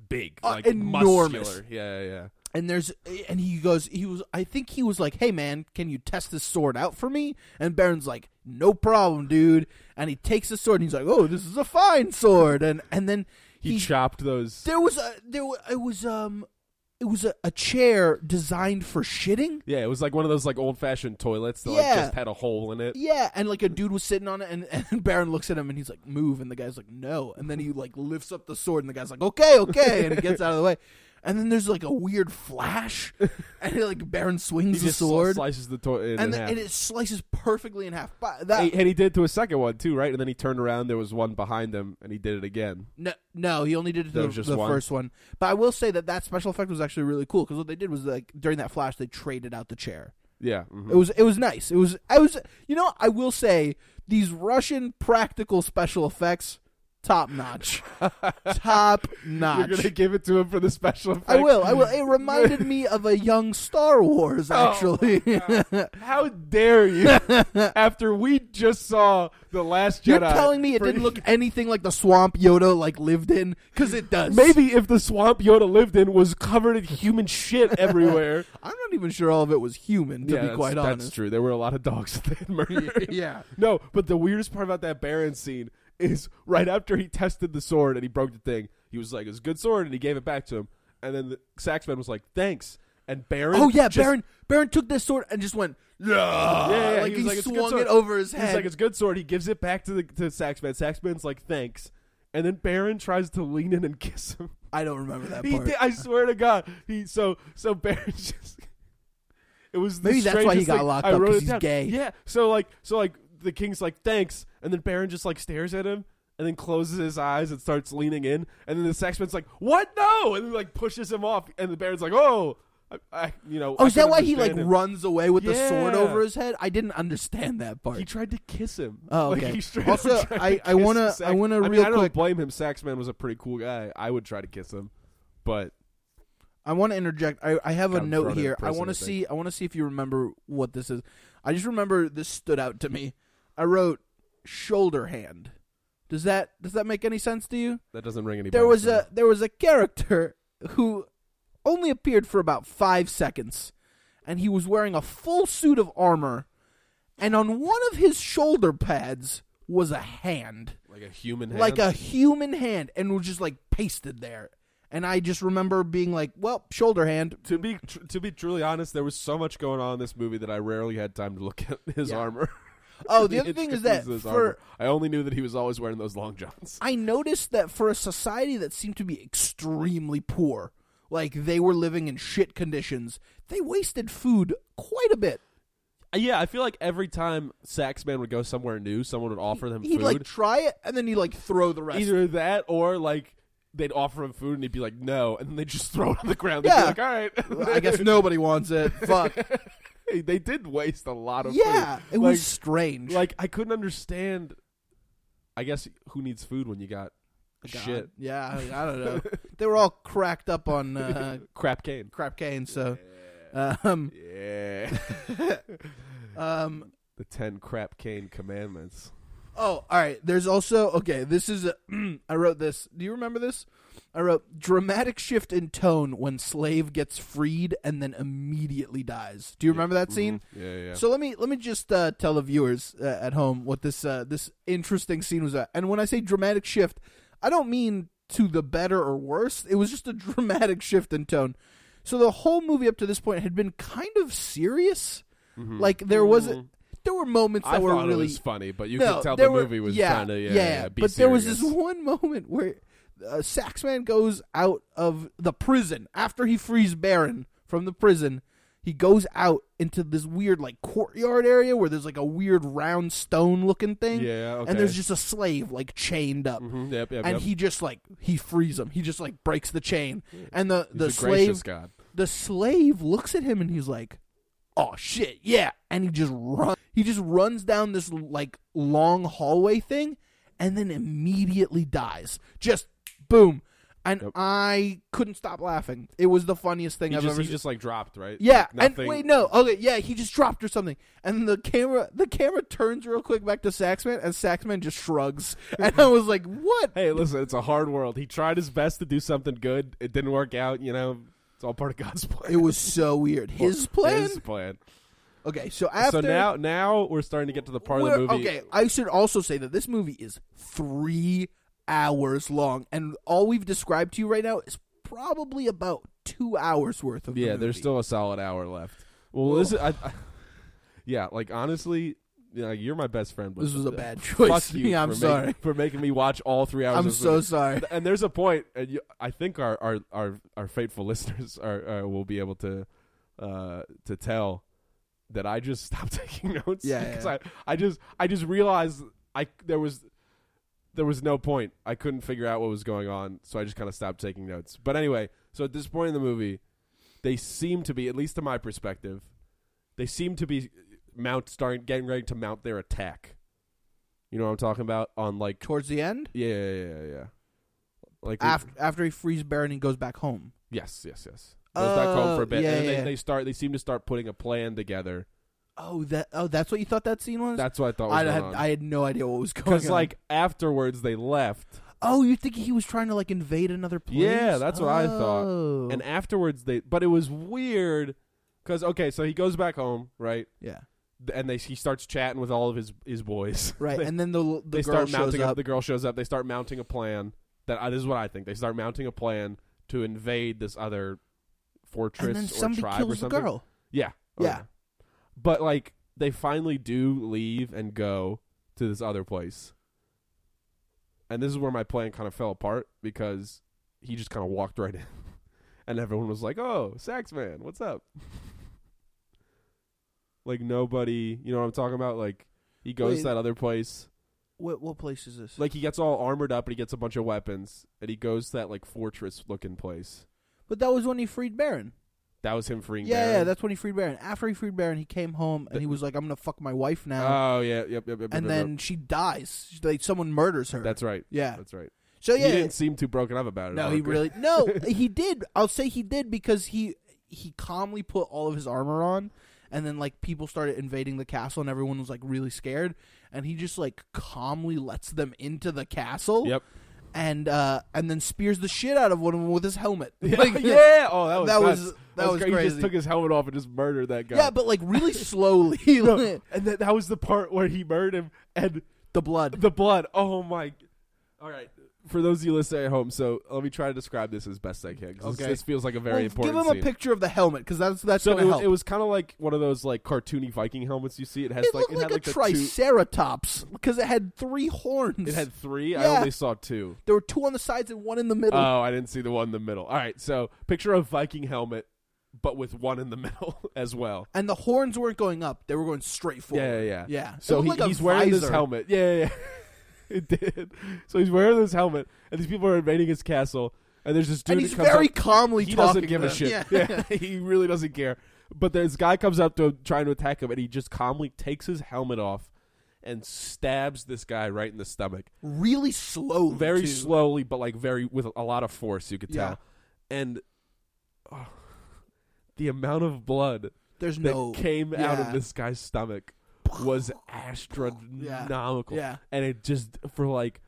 S1: big,
S2: Uh,
S1: like
S2: enormous.
S1: muscular. Yeah, yeah, yeah.
S2: And there's and he goes he was I think he was like, "Hey man, can you test this sword out for me?" And Baron's like, "No problem, dude." And he takes the sword and he's like, "Oh, this is a fine sword." And and then
S1: He, chopped those.
S2: there was a there wa- it was um it was a, a chair designed for shitting.
S1: Yeah, it was like one of those like old fashioned toilets that
S2: Yeah.
S1: like just had a hole in it.
S2: Yeah, and like a dude was sitting on it, and, and Baron looks at him and he's like, "Move," and the guy's like, "No," and then he like lifts up the sword, and the guy's like, "Okay, okay," and he gets out of the way, and then there's like a weird flash, and he, like Baron
S1: He
S2: swings the
S1: just sl-
S2: sword,
S1: slices the toilet in
S2: and,
S1: half.
S2: then, and it slices perfectly in half. But that
S1: He- and he did to a second one too, right? And then he turned around. There was one behind him, and he did it again.
S2: no, no, he only did it
S1: That
S2: to
S1: was
S2: the,
S1: just
S2: the
S1: one?
S2: first one. But I will say that that special effect was actually really cool because what they did was like during that flash they traded out the chair.
S1: Yeah, mhm.
S2: It was it was nice. It was I was you know I will say these Russian practical special effects top notch, top
S1: You're gonna
S2: notch.
S1: give it to him for the special effect.
S2: I will. I will. It reminded me of a young Star Wars
S1: Oh,
S2: actually.
S1: How dare you? After we just saw the Last
S2: You're
S1: Jedi,
S2: telling me it
S1: for-
S2: didn't look anything like the swamp Yoda like lived in because it does.
S1: Maybe if the swamp Yoda lived in was covered in human shit everywhere.
S2: I'm not even sure all of it was human to
S1: yeah,
S2: be
S1: that's,
S2: quite
S1: that's
S2: honest.
S1: true. There were a lot of dogs that they had murdered.
S2: yeah.
S1: No, but the weirdest part about that Baron scene is right after he tested the sword and he broke the thing, he was like, "It's a good sword," and he gave it back to him. And then the Saxman was like, "Thanks." And Baron,
S2: Oh yeah,
S1: just-
S2: Baron. Baron took this sword and just went.
S1: yeah, yeah,
S2: like
S1: he,
S2: he,
S1: was like, "It's a good
S2: swung
S1: sword."
S2: it over his
S1: He's
S2: head.
S1: like, "It's a good sword." He gives it back to the to Saxman. Saxman's like, "Thanks," and then Baron tries to lean in and kiss him.
S2: I don't remember that
S1: He
S2: part.
S1: did, I swear to God. He so so Baron just. It was the
S2: Maybe that's why he
S1: strangest
S2: got
S1: thing.
S2: locked
S1: I
S2: up,
S1: wrote
S2: 'cause
S1: it
S2: he's
S1: down.
S2: gay.
S1: Yeah. So like so like the king's like thanks, and then Baron just like stares at him. And then closes his eyes and starts leaning in, and then the sexman's like, "What? No!" And then like pushes him off, and the baron's like, "Oh, I, I you know."
S2: Oh,
S1: I
S2: is that
S1: can
S2: why he like
S1: understand him."
S2: runs away with the sword
S1: Yeah.
S2: over his head? I didn't understand that part.
S1: He tried to kiss him.
S2: Oh,
S1: Like,
S2: okay.
S1: he straight
S2: Also,
S1: up tried to
S2: I-
S1: kiss
S2: I wanna-
S1: Sax-
S2: I wanna
S1: mean,
S2: real
S1: I don't
S2: quick-
S1: blame him. Saxman was a pretty cool guy. I would try to kiss him, but
S2: I want to interject. I, I have a
S1: Got in
S2: note
S1: front of
S2: here. I
S1: prison,
S2: want
S1: I
S2: to
S1: think.
S2: see. I want to see if you remember what this is. I just remember this stood out to me. I wrote shoulder hand. Does that does that make any sense to you?
S1: That doesn't ring any.
S2: There
S1: bells
S2: was
S1: to me.
S2: a there was a character who only appeared for about five seconds, and he was wearing a full suit of armor, and on one of his shoulder pads was a hand
S1: like a human hand.
S2: like a human hand and was just like pasted there. And I just remember being like, well, shoulder hand.
S1: to be tr- to be truly honest, there was so much going on in this movie that I rarely had time to look at his
S2: Yeah.
S1: armor.
S2: Oh, the other thing is that
S1: intricacies of his
S2: for
S1: armor. I only knew that he was always wearing those long johns.
S2: I noticed that for a society that seemed to be extremely poor, like they were living in shit conditions, they wasted food quite a bit.
S1: Yeah, I feel like every time Saxman would go somewhere new, someone would offer them
S2: He'd
S1: food.
S2: like try it and then he'd like throw the rest.
S1: Either that or like they'd offer him food and he'd be like, "No," and then they just throw it on the ground. They'd
S2: Yeah.
S1: be like, "All right."
S2: I guess nobody wants it. Fuck.
S1: Hey, they did waste a lot of
S2: Yeah,
S1: food.
S2: it
S1: like,
S2: was strange.
S1: like I couldn't understand. I guess who needs food when you got
S2: God. Oh,
S1: shit
S2: Yeah, I, I don't know. they were all cracked up on uh,
S1: crap cane.
S2: crap cane, so um,
S1: Yeah.
S2: um,
S1: the ten crap cane commandments.
S2: Oh, all right. There's also okay. This is a, I wrote this. Do you remember this? I wrote dramatic shift in tone when slave gets freed and then immediately dies. Do you remember that scene?
S1: Yeah, Mm-hmm. yeah.
S2: So let me let me just uh, tell the viewers uh, at home what this uh, this interesting scene was. At. And when I say dramatic shift, I don't mean to the better or worse. It was just a dramatic shift in tone. So the whole movie up to this point had been kind of serious. Like there was
S1: Mhm.
S2: there were moments that
S1: I
S2: were
S1: thought
S2: really
S1: it was funny, but you
S2: no,
S1: could tell
S2: there
S1: the
S2: were-
S1: movie was
S2: yeah,
S1: trying to yeah, be
S2: but there was
S1: serious.
S2: this one moment where uh, Saxman goes out of the prison after he frees Baron from the prison. He goes out into this weird like courtyard area where there's like a weird round stone looking thing.
S1: Yeah, okay.
S2: And there's just a slave like chained up.
S1: Mhm, yep, yep,
S2: And
S1: yep.
S2: he just like he frees him. He just like breaks the chain. And the
S1: He's
S2: the
S1: a
S2: slave
S1: gracious God.
S2: the slave looks at him and he's like, "Oh shit, yeah!" And he just run. He just runs down this like long hallway thing, and then immediately dies. Just boom. And
S1: Yep.
S2: I couldn't stop laughing. It was the funniest thing
S1: He
S2: I've
S1: just,
S2: ever
S1: he
S2: seen.
S1: just like dropped right.
S2: Yeah,
S1: Like,
S2: and
S1: nothing-
S2: wait, no, okay, yeah, he just dropped or something, and the camera, the camera turns real quick back to Saxman, and Saxman just shrugs, and I was like, "What?
S1: Hey, listen, it's a hard world. He tried his best to do something good. It didn't work out. You know, it's all part of God's plan.
S2: It was so weird." His plan.
S1: His plan.
S2: Okay, so after
S1: So now, now we're starting to get to the part of the
S2: We're-
S1: movie.
S2: Okay, I should also say that this movie is three hours long, and all we've described to you right now is probably about two hours worth of. the
S1: Yeah, there's
S2: movie.
S1: still a solid hour left. Well, this is, I, I, yeah, like honestly, you know, you're my best friend. But
S2: This was a bad
S1: Fuck
S2: choice.
S1: you.
S2: I'm
S1: for
S2: sorry.
S1: making, for making me watch all three hours. of
S2: I'm
S1: this
S2: so
S1: movie.
S2: sorry.
S1: And there's a point, and you, I think our our our, our faithful listeners are uh, will be able to uh, to tell that I just stopped taking notes.
S2: Yeah,
S1: because
S2: yeah.
S1: I I just I just realized I there was. There was no point. I couldn't figure out what was going on, so I just kind of stopped taking notes. But anyway, so at this point in the movie, they seem to be, at least to my perspective, they seem to be mount starting getting ready to mount their attack. You know what I'm talking about? On like
S2: Towards the end,
S1: yeah, yeah, yeah, yeah. Like
S2: after after he frees Baron, he goes back home.
S1: yes, yes, yes. Goes back home for a
S2: Oh,
S1: bit,
S2: yeah,
S1: and then
S2: yeah.
S1: they, they start. They seem to start putting a plan together.
S2: Oh, that oh, that's what you thought that scene was.
S1: That's what I thought.
S2: I
S1: Was
S2: had I had no idea what was going on.
S1: because like afterwards they left,
S2: oh, you think he was trying to like invade another place?
S1: Yeah, that's what I thought.
S2: Oh.
S1: and afterwards they. But it was weird because okay, so he goes back home, right?
S2: yeah,
S1: And they he starts chatting with all of his his boys,
S2: right.
S1: They-
S2: and then the the
S1: they
S2: girl
S1: start
S2: shows
S1: mounting
S2: up.
S1: The girl shows up. They start mounting a plan. That uh, this is what I think. They start mounting a plan to invade this other fortress
S2: and then
S1: or
S2: somebody
S1: tribe or
S2: kills the
S1: something.
S2: girl.
S1: Oh, Yeah.
S2: Yeah.
S1: But like they finally do leave and go to this other place. And this is where my plan kind of fell apart because he just kind of walked right in. And everyone was like, "Oh, Saxman, what's up?" like nobody, you know what I'm talking about? Like he goes
S2: Wait.
S1: to that other place.
S2: What what place is this?
S1: Like he gets all armored up and he gets a bunch of weapons and he goes to that like fortress looking place.
S2: but that was when he freed Baron.
S1: That was him freeing
S2: Yeah, yeah,
S1: Baron.
S2: that's when he freed Baron. After he freed Baron, he came home and
S1: The-
S2: he was like, "I'm gonna fuck my wife now,"
S1: Ah, Oh, yeah. Yep, yep, yep. yep, yep,
S2: and
S1: yep.
S2: then she dies. She- Like someone murders her.
S1: That's right.
S2: yeah,
S1: That's right.
S2: So yeah,
S1: he didn't seem too broken up about it.
S2: no, he
S1: Ark.
S2: really no, he did. I'll say he did because he he calmly put all of his armor on, and then like people started invading the castle, and everyone was like really scared, and he just like calmly lets them into the castle.
S1: Yep.
S2: And uh and then spears the shit out of one of them with his helmet.
S1: Yeah.
S2: Like,
S1: yeah. Oh, that was
S2: that
S1: nuts.
S2: was- that was
S1: great. He just
S2: crazy.
S1: took his helmet off and just murdered that guy.
S2: yeah, but like really slowly,
S1: No, and that, that was the part where he murdered him and
S2: the blood.
S1: the blood. Oh my! All right, for those of you listening at home, so let me try to describe this as best I can. 'cause
S2: Okay.
S1: this feels like a very
S2: Well,
S1: important.
S2: Give him
S1: scene.
S2: a picture of the helmet because that's that's
S1: So
S2: gonna
S1: it was,
S2: help.
S1: it was kind of like one of those like cartoony Viking helmets you see. It has
S2: It
S1: like
S2: looked
S1: it
S2: like
S1: had
S2: a
S1: like the
S2: triceratops because it had three horns.
S1: two. It had three. I
S2: Yeah.
S1: only saw two.
S2: there were two on the sides and one in the middle.
S1: Oh, I didn't see the one in the middle. All right, so picture a Viking helmet, but with one in the middle as well.
S2: and the horns weren't going up; they were going straight forward.
S1: Yeah, yeah, yeah.
S2: yeah. It
S1: So
S2: looked
S1: he,
S2: like a
S1: he's wearing this
S2: visor.
S1: helmet. Yeah, yeah, yeah. it did. So he's wearing this helmet, and these people are invading his castle. And there's this dude.
S2: and
S1: that
S2: he's
S1: comes
S2: very
S1: up-
S2: calmly
S1: he
S2: talking.
S1: doesn't give
S2: to
S1: a
S2: them.
S1: shit.
S2: Yeah.
S1: Yeah, he really doesn't care. But this guy comes up to him trying to attack him, and he just calmly takes his helmet off and stabs this guy right in the stomach,
S2: really slowly,
S1: very
S2: too.
S1: slowly, but like very with a lot of force. You could
S2: Yeah.
S1: tell, and oh, the amount of blood
S2: There's
S1: that
S2: no
S1: came out of
S2: yeah.
S1: this guy's stomach was astronomical,
S2: Yeah,
S1: and it just for like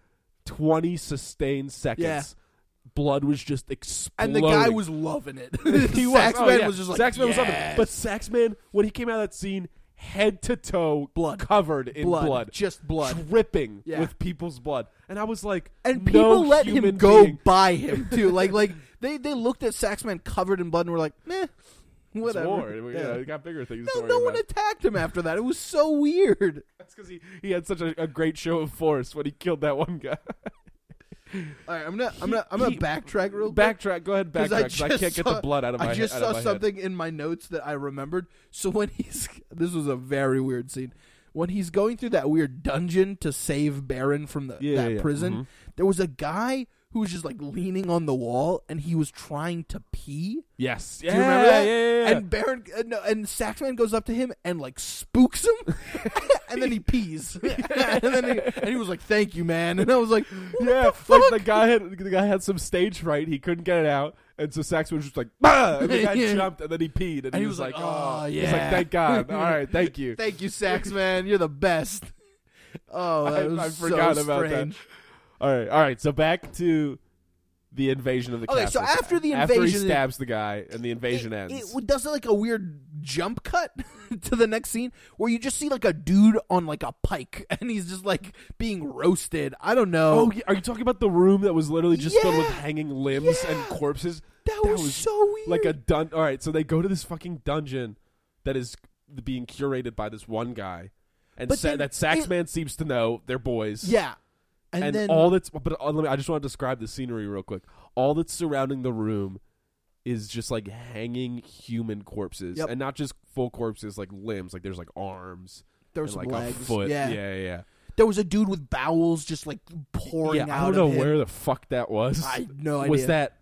S1: twenty sustained seconds.
S2: Yeah.
S1: Blood was just exploding
S2: and the guy was loving it.
S1: he was.
S2: Saxman
S1: Oh, yeah.
S2: was just like
S1: Saxman was something.
S2: yes.
S1: But Saxman, when he came out of that scene, head to toe,
S2: Blood.
S1: covered in
S2: blood,
S1: blood,
S2: just blood.
S1: dripping
S2: Yeah.
S1: with people's blood, and I was like, no
S2: And people let him
S1: human
S2: go
S1: being-
S2: by him too. Like like they, they looked at Saxman covered in blood and were like, meh,
S1: It's
S2: whatever.
S1: war. We-
S2: Yeah.
S1: yeah, we got bigger things. to
S2: No,
S1: worry
S2: no one
S1: about.
S2: attacked him after that. It was so weird.
S1: That's because he, he had such a, a great show of force when he killed that one guy.
S2: All right, I'm gonna I'm gonna I'm gonna
S1: He-
S2: backtrack real quick.
S1: Backtrack. Go ahead, and
S2: 'Cause
S1: backtrack.
S2: I
S1: 'cause I,
S2: just
S1: can't get
S2: saw-
S1: the blood out of my.
S2: I just
S1: out of
S2: saw
S1: my head.
S2: something in my notes that I remembered. So when he's this was a very weird scene. When he's going through that weird dungeon to save Baron from the
S1: Yeah,
S2: that
S1: yeah, yeah.
S2: prison,
S1: Mhm.
S2: there was a guy who was just like leaning on the wall and he was trying to pee.
S1: Yes. Yeah,
S2: Do you remember that?
S1: Yeah, yeah, yeah.
S2: And Baron uh, no, and Saxman goes up to him and like spooks him, and then he pees. and then he, and he was like, "Thank you, man." And I was like, "What
S1: yeah,
S2: the fuck?"
S1: like the guy had the guy had some stage fright. He couldn't get it out, and so Sax was just like, bah! and the guy
S2: Yeah.
S1: jumped, and then he peed, and,
S2: And
S1: he was like, oh,
S2: yeah.
S1: he's like, thank God, all right, thank you.
S2: Thank you, Saxman. You're the best. Oh, that
S1: I-
S2: was
S1: I forgot
S2: so
S1: about that.
S2: strange.
S1: All right, all right. So back to the invasion of the
S2: Okay, so
S1: castle.
S2: after the
S1: after he
S2: invasion-
S1: stabs the guy, and the invasion
S2: it,
S1: ends.
S2: it does it like a weird jump cut to the next scene where you just see like a dude on like a pike and he's just like being roasted. I don't know.
S1: oh, yeah, are you talking about the room that was literally just filled with
S2: Yeah.
S1: hanging limbs and
S2: Yeah.
S1: corpses?
S2: that,
S1: that
S2: was,
S1: was
S2: so weird.
S1: like a dun. All right, so they go to this fucking dungeon that is being curated by this one guy, and
S2: But
S1: sa-
S2: then
S1: that Saxman seems to know. They're boys.
S2: yeah, and,
S1: and,
S2: then
S1: all that's but uh, let me, I just want to describe the scenery real quick. All that's surrounding the room is just like hanging human corpses,
S2: Yep.
S1: and not just full corpses, like limbs. Like there's like arms,
S2: there were
S1: and,
S2: some
S1: like
S2: legs.
S1: a foot.
S2: Yeah.
S1: yeah, yeah.
S2: there was a dude with bowels just like
S1: yeah
S2: pouring
S1: I
S2: out
S1: don't know
S2: of him.
S1: where the fuck that was.
S2: I no idea.
S1: was that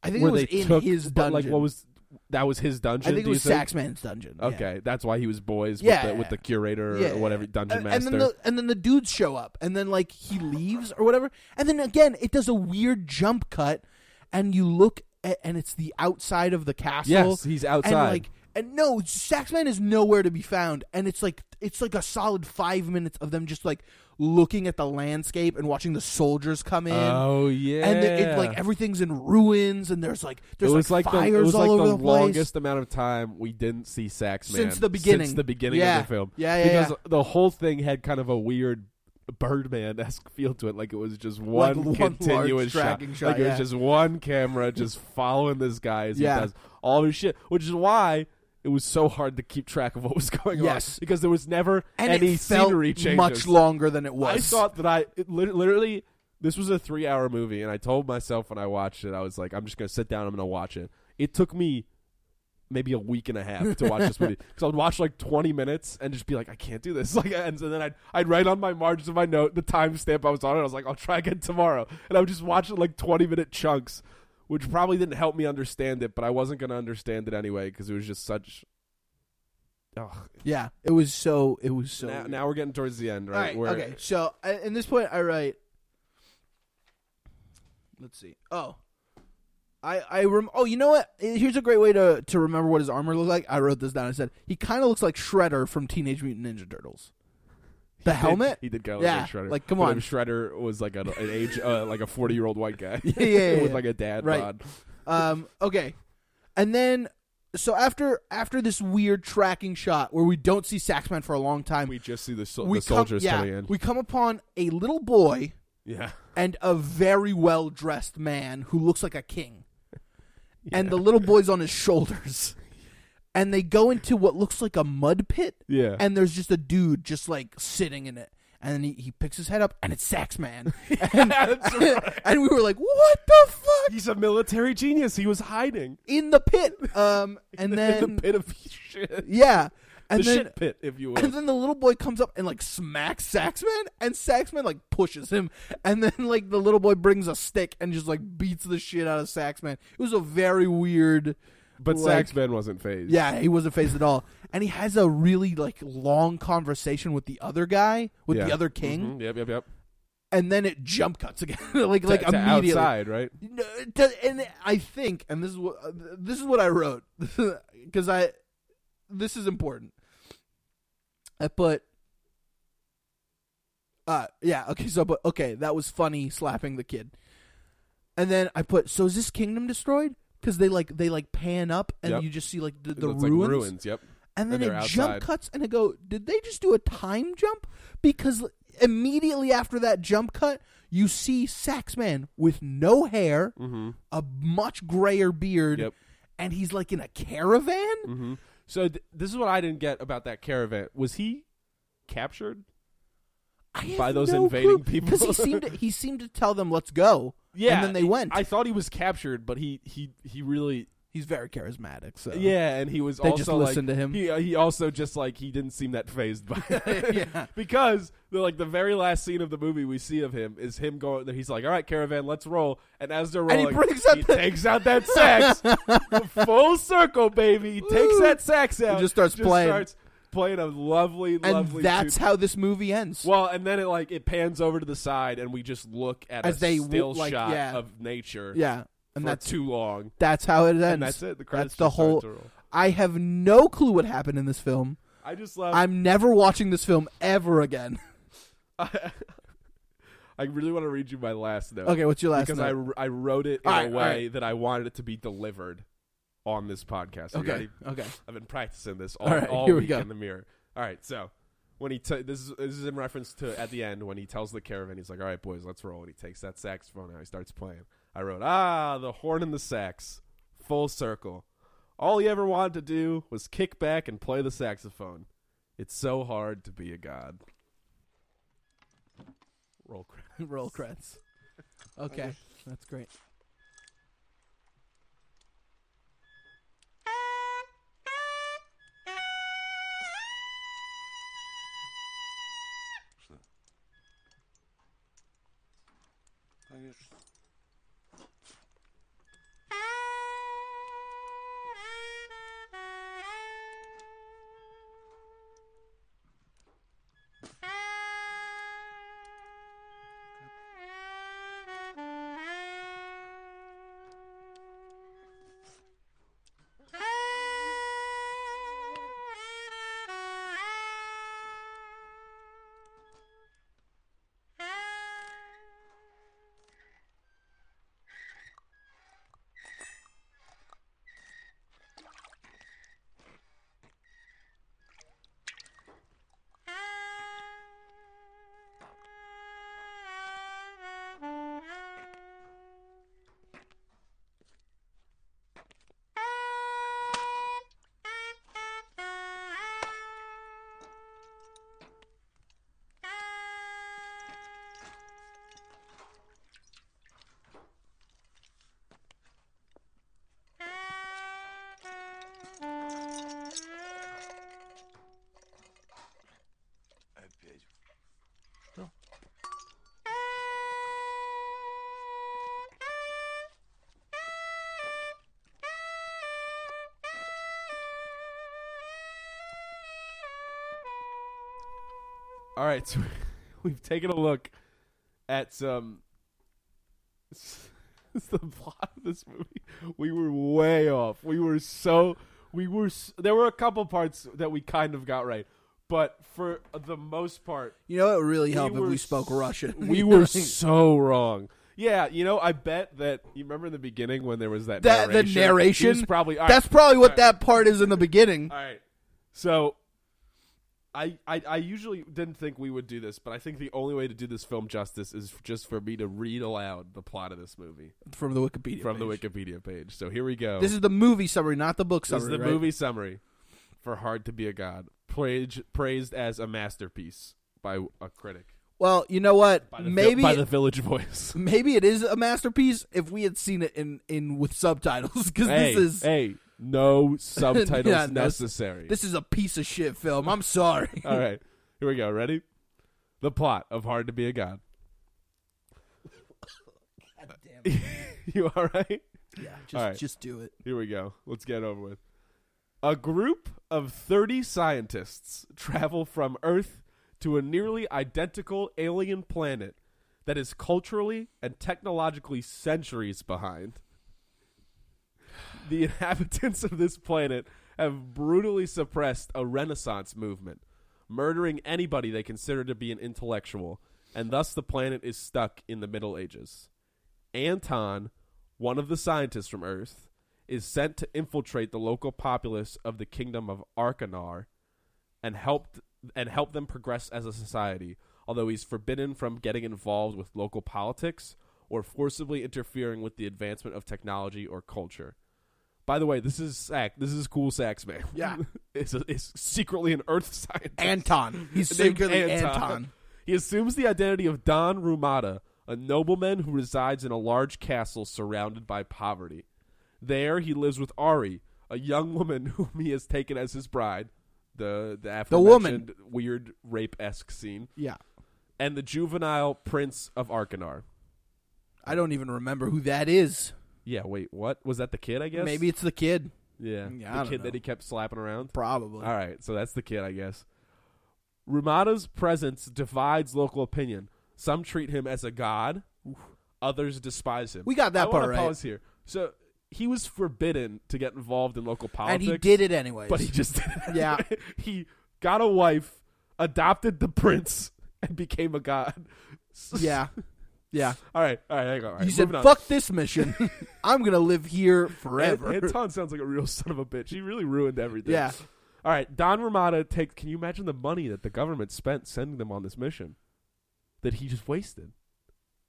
S2: I think
S1: where
S2: it was
S1: they
S2: in
S1: took,
S2: his
S1: but,
S2: dungeon.
S1: Like what was that was his dungeon?
S2: I think
S1: do
S2: it
S1: you
S2: was Saxman's dungeon. yeah.
S1: Okay, that's why he was boys
S2: Yeah.
S1: with the with the curator
S2: Yeah.
S1: or whatever dungeon
S2: Uh,
S1: master.
S2: and then the and then the dudes show up, and then like he leaves or whatever, and then again it does a weird jump cut, and you look at, and it's the outside of the castle.
S1: yes, he's outside.
S2: And like and no, Saxman is nowhere to be found, and it's like it's like a solid five minutes of them just like looking at the landscape and watching the soldiers come in.
S1: oh yeah,
S2: And the- it, like everything's in ruins, and there's like there's
S1: it was like,
S2: fires
S1: the, it was
S2: all
S1: like
S2: over
S1: the,
S2: the, place.
S1: longest amount of time we didn't see Saxman
S2: Since the beginning.
S1: Since the beginning
S2: Yeah.
S1: of the film,
S2: Yeah, yeah,
S1: because
S2: yeah.
S1: the whole thing had kind of a weird Birdman esque feel to it. Like it was just one
S2: Like one large
S1: continuous shot.
S2: tracking shot,
S1: Like it
S2: yeah.
S1: was just one camera just following this guy as
S2: Yeah.
S1: he does all his shit, which is why. It was so hard to keep track of what was going
S2: Yes.
S1: on because there was never
S2: and
S1: any
S2: it felt
S1: scenery changes.
S2: much longer than it was.
S1: I thought that I it lit- literally this was a three hour movie, and I told myself when I watched it, I was like, I'm just gonna sit down, I'm gonna watch it. It took me maybe a week and a half to watch this movie because I'd watch like 20 minutes and just be like, I can't do this. Like, and so then I'd I'd write on my margins of my note the timestamp I was on, and I was like, I'll try again tomorrow, and I would just watch it like 20 minute chunks. Which probably didn't help me understand it, but I wasn't going to understand it anyway because it was just such. Ugh.
S2: Yeah, it was so. It was so.
S1: now,
S2: weird.
S1: now we're getting towards the end,
S2: uh, All right,
S1: We're-
S2: okay. So I, in this point, I write Let's see. Oh, I I rem- oh you know what? Eh, Here's a great way to to remember what his armor looked like. I wrote this down. I said he kind of looks like Shredder from Teenage Mutant Ninja Turtles. The
S1: He did-
S2: helmet.
S1: he did kind of
S2: Yeah,
S1: look like Shredder.
S2: like, come
S1: But
S2: on.
S1: if Shredder was like an, an age, uh, like a forty-year-old white guy.
S2: Yeah, yeah, yeah.
S1: with like a dad
S2: Right.
S1: bod.
S2: Um, okay, and then so after after this weird tracking shot where we don't see Saxman for a long time,
S1: We just see the, sol-
S2: we
S1: the soldiers
S2: come, yeah,
S1: coming in.
S2: we come upon a little boy
S1: yeah,
S2: and a very well dressed man who looks like a king. And the little boy's on his shoulders. And they go into what looks like a mud pit.
S1: yeah.
S2: And there's just a dude just like sitting in it. And then he, he picks his head up and it's Saxman. And,
S1: That's right.
S2: and we were like, what the fuck?
S1: He's a military genius. He was hiding
S2: In the pit. Um, and
S1: in
S2: then,
S1: the pit of shit.
S2: yeah.
S1: the
S2: And then,
S1: shit pit, if you will.
S2: And then the little boy comes up and like smacks Saxman, and Saxman like pushes him, and then like the little boy brings a stick and just like beats the shit out of Saxman. It was a very weird.
S1: but
S2: like-
S1: Saxman wasn't phased.
S2: Yeah, he wasn't phased at all, and he has a really like long conversation with the other guy, with the
S1: Yeah.
S2: other king,
S1: Mhm. Yep, yep, yep.
S2: and then it jump cuts again, like
S1: To-
S2: like
S1: to
S2: immediately.
S1: outside, right?
S2: No, it does- and I think, and this is what uh, this is what I wrote because I this is important. I put, uh, yeah, okay, so but okay, that was funny slapping the kid, and then I put, so is this kingdom destroyed? Because they like they like pan up and
S1: Yep.
S2: you just see like the,
S1: It
S2: the
S1: looks
S2: ruins,
S1: Like ruins. Yep.
S2: and then
S1: and
S2: it
S1: they're
S2: jump
S1: outside.
S2: cuts and I go, did they just do a time jump? Because immediately after that jump cut, you see Saxman with no hair
S1: Mm-hmm.
S2: a much grayer beard,
S1: Yep.
S2: and he's like in a caravan.
S1: Mm-hmm. So th- this is what I didn't get about that caravan. Was he captured?
S2: I have
S1: By those
S2: no
S1: invading
S2: clue,
S1: people.
S2: because he seemed to, he seemed to tell them, "Let's go." and then they
S1: he-
S2: went.
S1: I thought he was captured, but he he he really
S2: he's very charismatic, so
S1: yeah, and he was
S2: They
S1: also
S2: just
S1: like-
S2: listened to him.
S1: He uh, he also just like he didn't seem that phased by it.
S2: Yeah.
S1: because the, like the very last scene of the movie we see of him is him going. He's like, "All right, caravan, let's roll." And as they're
S2: he
S1: rolling,
S2: brings out the-
S1: takes out that sax, full circle, baby. He takes
S2: Woo.
S1: that sax out,
S2: just starts playing.
S1: starts playing a lovely,
S2: and
S1: lovely.
S2: that's
S1: tune.
S2: how this movie ends.
S1: Well, and then it like it pans over to the side, and we just look at
S2: As
S1: a
S2: they w-
S1: still
S2: like,
S1: shot
S2: yeah.
S1: of nature.
S2: yeah, and
S1: for
S2: that's
S1: too long,
S2: that's how it ends.
S1: and that's it. The credits
S2: that's the
S1: just start
S2: whole.
S1: to roll.
S2: I have no clue what happened in this film.
S1: I just love.
S2: I'm never watching this film ever again.
S1: I, really want to read you my last note.
S2: okay, what's your last?
S1: because
S2: note?
S1: I, I wrote it in
S2: All
S1: a
S2: right,
S1: way
S2: all right.
S1: that I wanted it to be delivered on this podcast. Are you
S2: okay,
S1: ready?
S2: okay.
S1: I've been practicing this all,
S2: All right,
S1: all
S2: here we
S1: week
S2: go.
S1: in the mirror. All right, so when he t- this is this is in reference to at the end when he tells the caravan, he's like, "All right, boys, let's roll." And he takes that saxophone out. He starts playing. I wrote, "Ah, the horn and the sax, full circle." All he ever wanted to do was kick back and play the saxophone. It's so hard to be a god. Roll credits.
S2: Roll credits. Okay, that's great.
S3: Конечно. Опять. Что?
S1: All right, so we've taken a look at some is the plot of this movie. We were way off. We were so we were. s there were a couple parts that we kind of got right, but for the most part,
S2: You know, it would really help
S1: we
S2: if
S1: were
S2: we spoke
S1: s-
S2: Russian.
S1: We
S2: You know
S1: were
S2: what I mean?
S1: so wrong. Yeah, you know, I bet that you remember in the beginning when there was that
S2: that
S1: narration.
S2: the narration.
S1: He was probably all right,
S2: that's probably what
S1: all right.
S2: that part is in the beginning.
S1: all right. So, I, I I usually didn't think we would do this, but I think the only way to do this film justice is just for me to read aloud the plot of this movie
S2: From the Wikipedia.
S1: from
S2: page.
S1: the Wikipedia page. So here we go.
S2: This is the movie summary, not the book
S1: This
S2: summary.
S1: is the
S2: right?
S1: movie summary for "Hard to Be a God," praised praised as a masterpiece by a critic.
S2: Well, you know what?
S1: By the,
S2: Maybe
S1: by the Village Voice.
S2: maybe it is a masterpiece if we had seen it in in with subtitles because
S1: hey,
S2: this is
S1: hey, no subtitles
S2: Yeah, no-
S1: necessary.
S2: this is a piece of shit film. I'm sorry.
S1: All right, here we go. Ready? The plot of "Hard to Be a God." you all right?
S2: Yeah, just
S1: All right.
S2: just do it.
S1: Here we go. Let's get it over with. A group of 30 scientists travel from Earth to a nearly identical alien planet that is culturally and technologically centuries behind. The inhabitants of this planet have brutally suppressed a renaissance movement, murdering anybody they consider to be an intellectual, and thus the planet is stuck in the Middle Ages. Anton, one of the scientists from Earth, is sent to infiltrate the local populace of the kingdom of Arkanar and help and help them progress as a society, although he's forbidden from getting involved with local politics or forcibly interfering with the advancement of technology or culture. By the way, this is Sack. This is cool Sax man.
S2: Yeah.
S1: it's, a, it's secretly an earth scientist.
S2: Anton. He's
S1: Named
S2: secretly Anton.
S1: He assumes the identity of Don Rumata, a nobleman who resides in a large castle surrounded by poverty. There, he lives with Ari, a young woman whom he has taken as his bride. The the aforementioned weird rape esque scene,
S2: Yeah,
S1: and the juvenile prince of Arkanar.
S2: I don't even remember who that is.
S1: Yeah, wait, what was that? The kid, I guess.
S2: Maybe it's the kid.
S1: Yeah,
S2: Yeah, I
S1: the
S2: don't
S1: kid
S2: know.
S1: that he kept slapping around.
S2: Probably.
S1: All right, so that's the kid, I guess. Rumata's presence divides local opinion. Some treat him as a god, others despise him.
S2: We got that
S1: I wanna
S2: part right.
S1: Pause here. So he was forbidden to get involved in local
S2: and
S1: politics,
S2: he did it anyways.
S1: but he just did it.
S2: Yeah.
S1: anyway. he got a wife, adopted the prince, and became a god.
S2: yeah, yeah.
S1: All right, all right, hang on. All right,
S2: He said,
S1: moving on.
S2: "Fuck this mission. I'm gonna live here forever."
S1: An- Anton sounds like a real son of a bitch. He really ruined everything.
S2: Yeah.
S1: All right, Don Ramada take. Can you imagine the money that the government spent sending them on this mission? That he just wasted.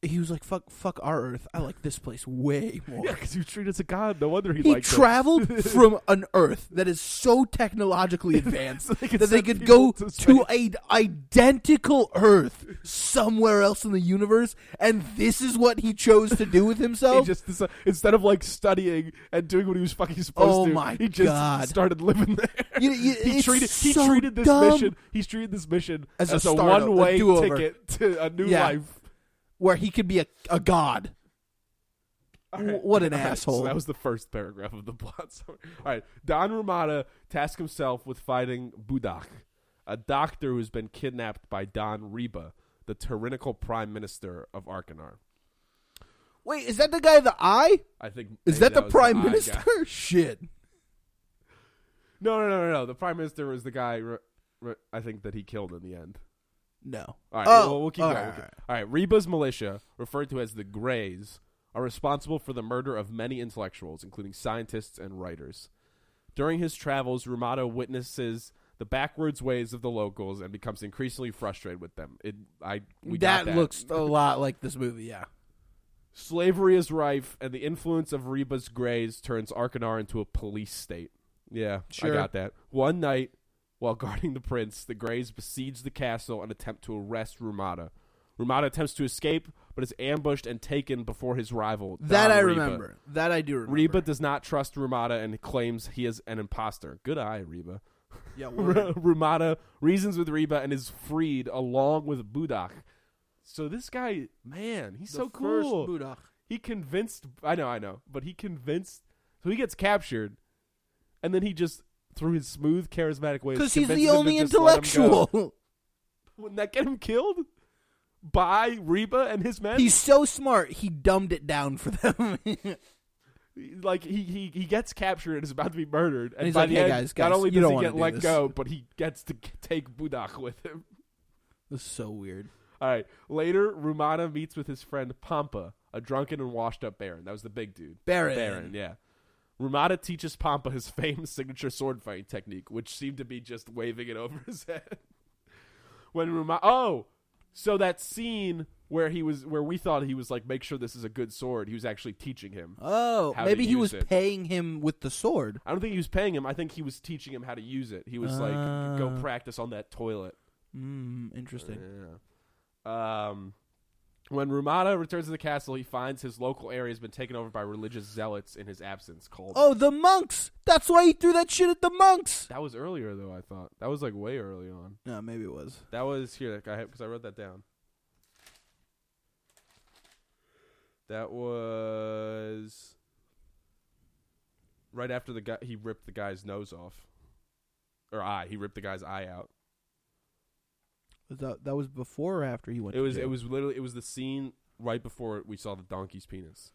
S2: he was like, "Fuck, fuck our Earth. I like this place way more."
S1: Yeah, because you treat us a god. No wonder he,
S2: He
S1: liked it.
S2: traveled from an Earth that is so technologically advanced
S1: So they could
S2: that they
S1: send
S2: could
S1: people
S2: go
S1: to
S2: to a identical Earth somewhere else in the universe, and this is what he chose to do with
S1: He
S2: himself.
S1: just deci- instead of like studying and doing what he was fucking supposed
S2: Oh
S1: to,
S2: my
S1: he just
S2: God.
S1: started living there.
S2: You- you-
S1: he
S2: it's
S1: treated
S2: so
S1: he treated this
S2: dumb.
S1: mission. He's treated this mission
S2: As a startup, a
S1: one way
S2: do-over.
S1: ticket to a new
S2: Yeah.
S1: life.
S2: where he could be a, a god.
S1: All
S2: W- what an
S1: All right,
S2: asshole.
S1: So that was the first paragraph of the plot summary. All right. Don Ramada tasks himself with fighting Budak, a doctor who's been kidnapped by Don Reba, the tyrannical prime minister of Arkanar.
S2: Wait, is that the guy with the eye?
S1: I think maybe
S2: Is that the
S1: was
S2: prime
S1: eye guy.
S2: minister? Shit.
S1: No, no, no, no, no. The prime minister was the guy. Re- re- I think that he killed in the end.
S2: No.
S1: All right,
S2: Oh,
S1: well, we'll keep
S2: all
S1: going.
S2: right,
S1: we'll
S2: all
S1: keep- All right, Reba's militia, referred to as the Greys, are responsible for the murder of many intellectuals, including scientists and writers. During his travels, Rumato witnesses the backwards ways of the locals and becomes increasingly frustrated with them. It, I, we got
S2: that, looks a lot like this movie. Yeah.
S1: slavery is rife, and the influence of Reba's Greys turns Arkanar into a police state. Yeah, I
S2: Sure.
S1: got that. One night, while guarding the prince, the Greys besiege the castle and attempt to arrest Rumata. Rumata attempts to escape, but is ambushed and taken before his rival.
S2: that
S1: Don
S2: I
S1: um, Reba.
S2: remember. That I do remember.
S1: Reba does not trust Rumata and claims he is an imposter. Good eye, Reba.
S2: Yeah.
S1: R-
S2: word.
S1: Rumata reasons with Reba and is freed along with Budak. So this guy, man, he's
S2: The
S1: so
S2: first
S1: cool
S2: Buddha.
S1: he convinced I know, I know, but he convinced so he gets captured and then he just through his smooth, charismatic ways.
S2: Because he's
S1: convinces
S2: the
S1: them to
S2: only
S1: just let him go.
S2: intellectual.
S1: Wouldn't that get him killed? by Reba and his men.
S2: He's so smart. He dumbed it down for them. and
S1: like he, he he gets captured and is about to be murdered. And
S2: he's
S1: by
S2: like,
S1: the
S2: "Hey,
S1: end,
S2: guys,
S1: not
S2: guys,
S1: only
S2: you
S1: does
S2: don't
S1: he
S2: wanna
S1: get
S2: do
S1: let
S2: this.
S1: go, but he gets to g- take Budak with him.
S2: It's so weird.
S1: All right. Later, Rumana meets with his friend Pampa, a drunken and washed up Baron. That was the big dude.
S2: Baron.
S1: Baron, yeah. Rumana teaches Pampa his famed signature sword fighting technique, which seemed to be just waving it over his head. when Rumana, oh, so that scene where he was, where we thought he was like, make sure this is a good sword. He was actually teaching him.
S2: Oh,
S1: How to
S2: maybe he
S1: use
S2: was
S1: it.
S2: paying him with the sword.
S1: I don't think he was paying him. I think he was teaching him how to use it. He was like, go
S2: Ah.
S1: practice on that toilet.
S2: Mm, interesting.
S1: Yeah. Um, when Rumata returns to the castle, he finds his local area has been taken over by religious zealots in his absence. Called
S2: Oh, the monks. That's why he threw that shit at the monks.
S1: that was earlier though. I thought that was like way early on.
S2: No, maybe it was.
S1: That was here that guy because I wrote that down. That was right after the guy he ripped the guy's nose off, or eye. He ripped the guy's eye out.
S2: Was that that was before or after he went?
S1: It
S2: to
S1: was
S2: jail?
S1: it was literally it was the scene right before we saw the donkey's penis.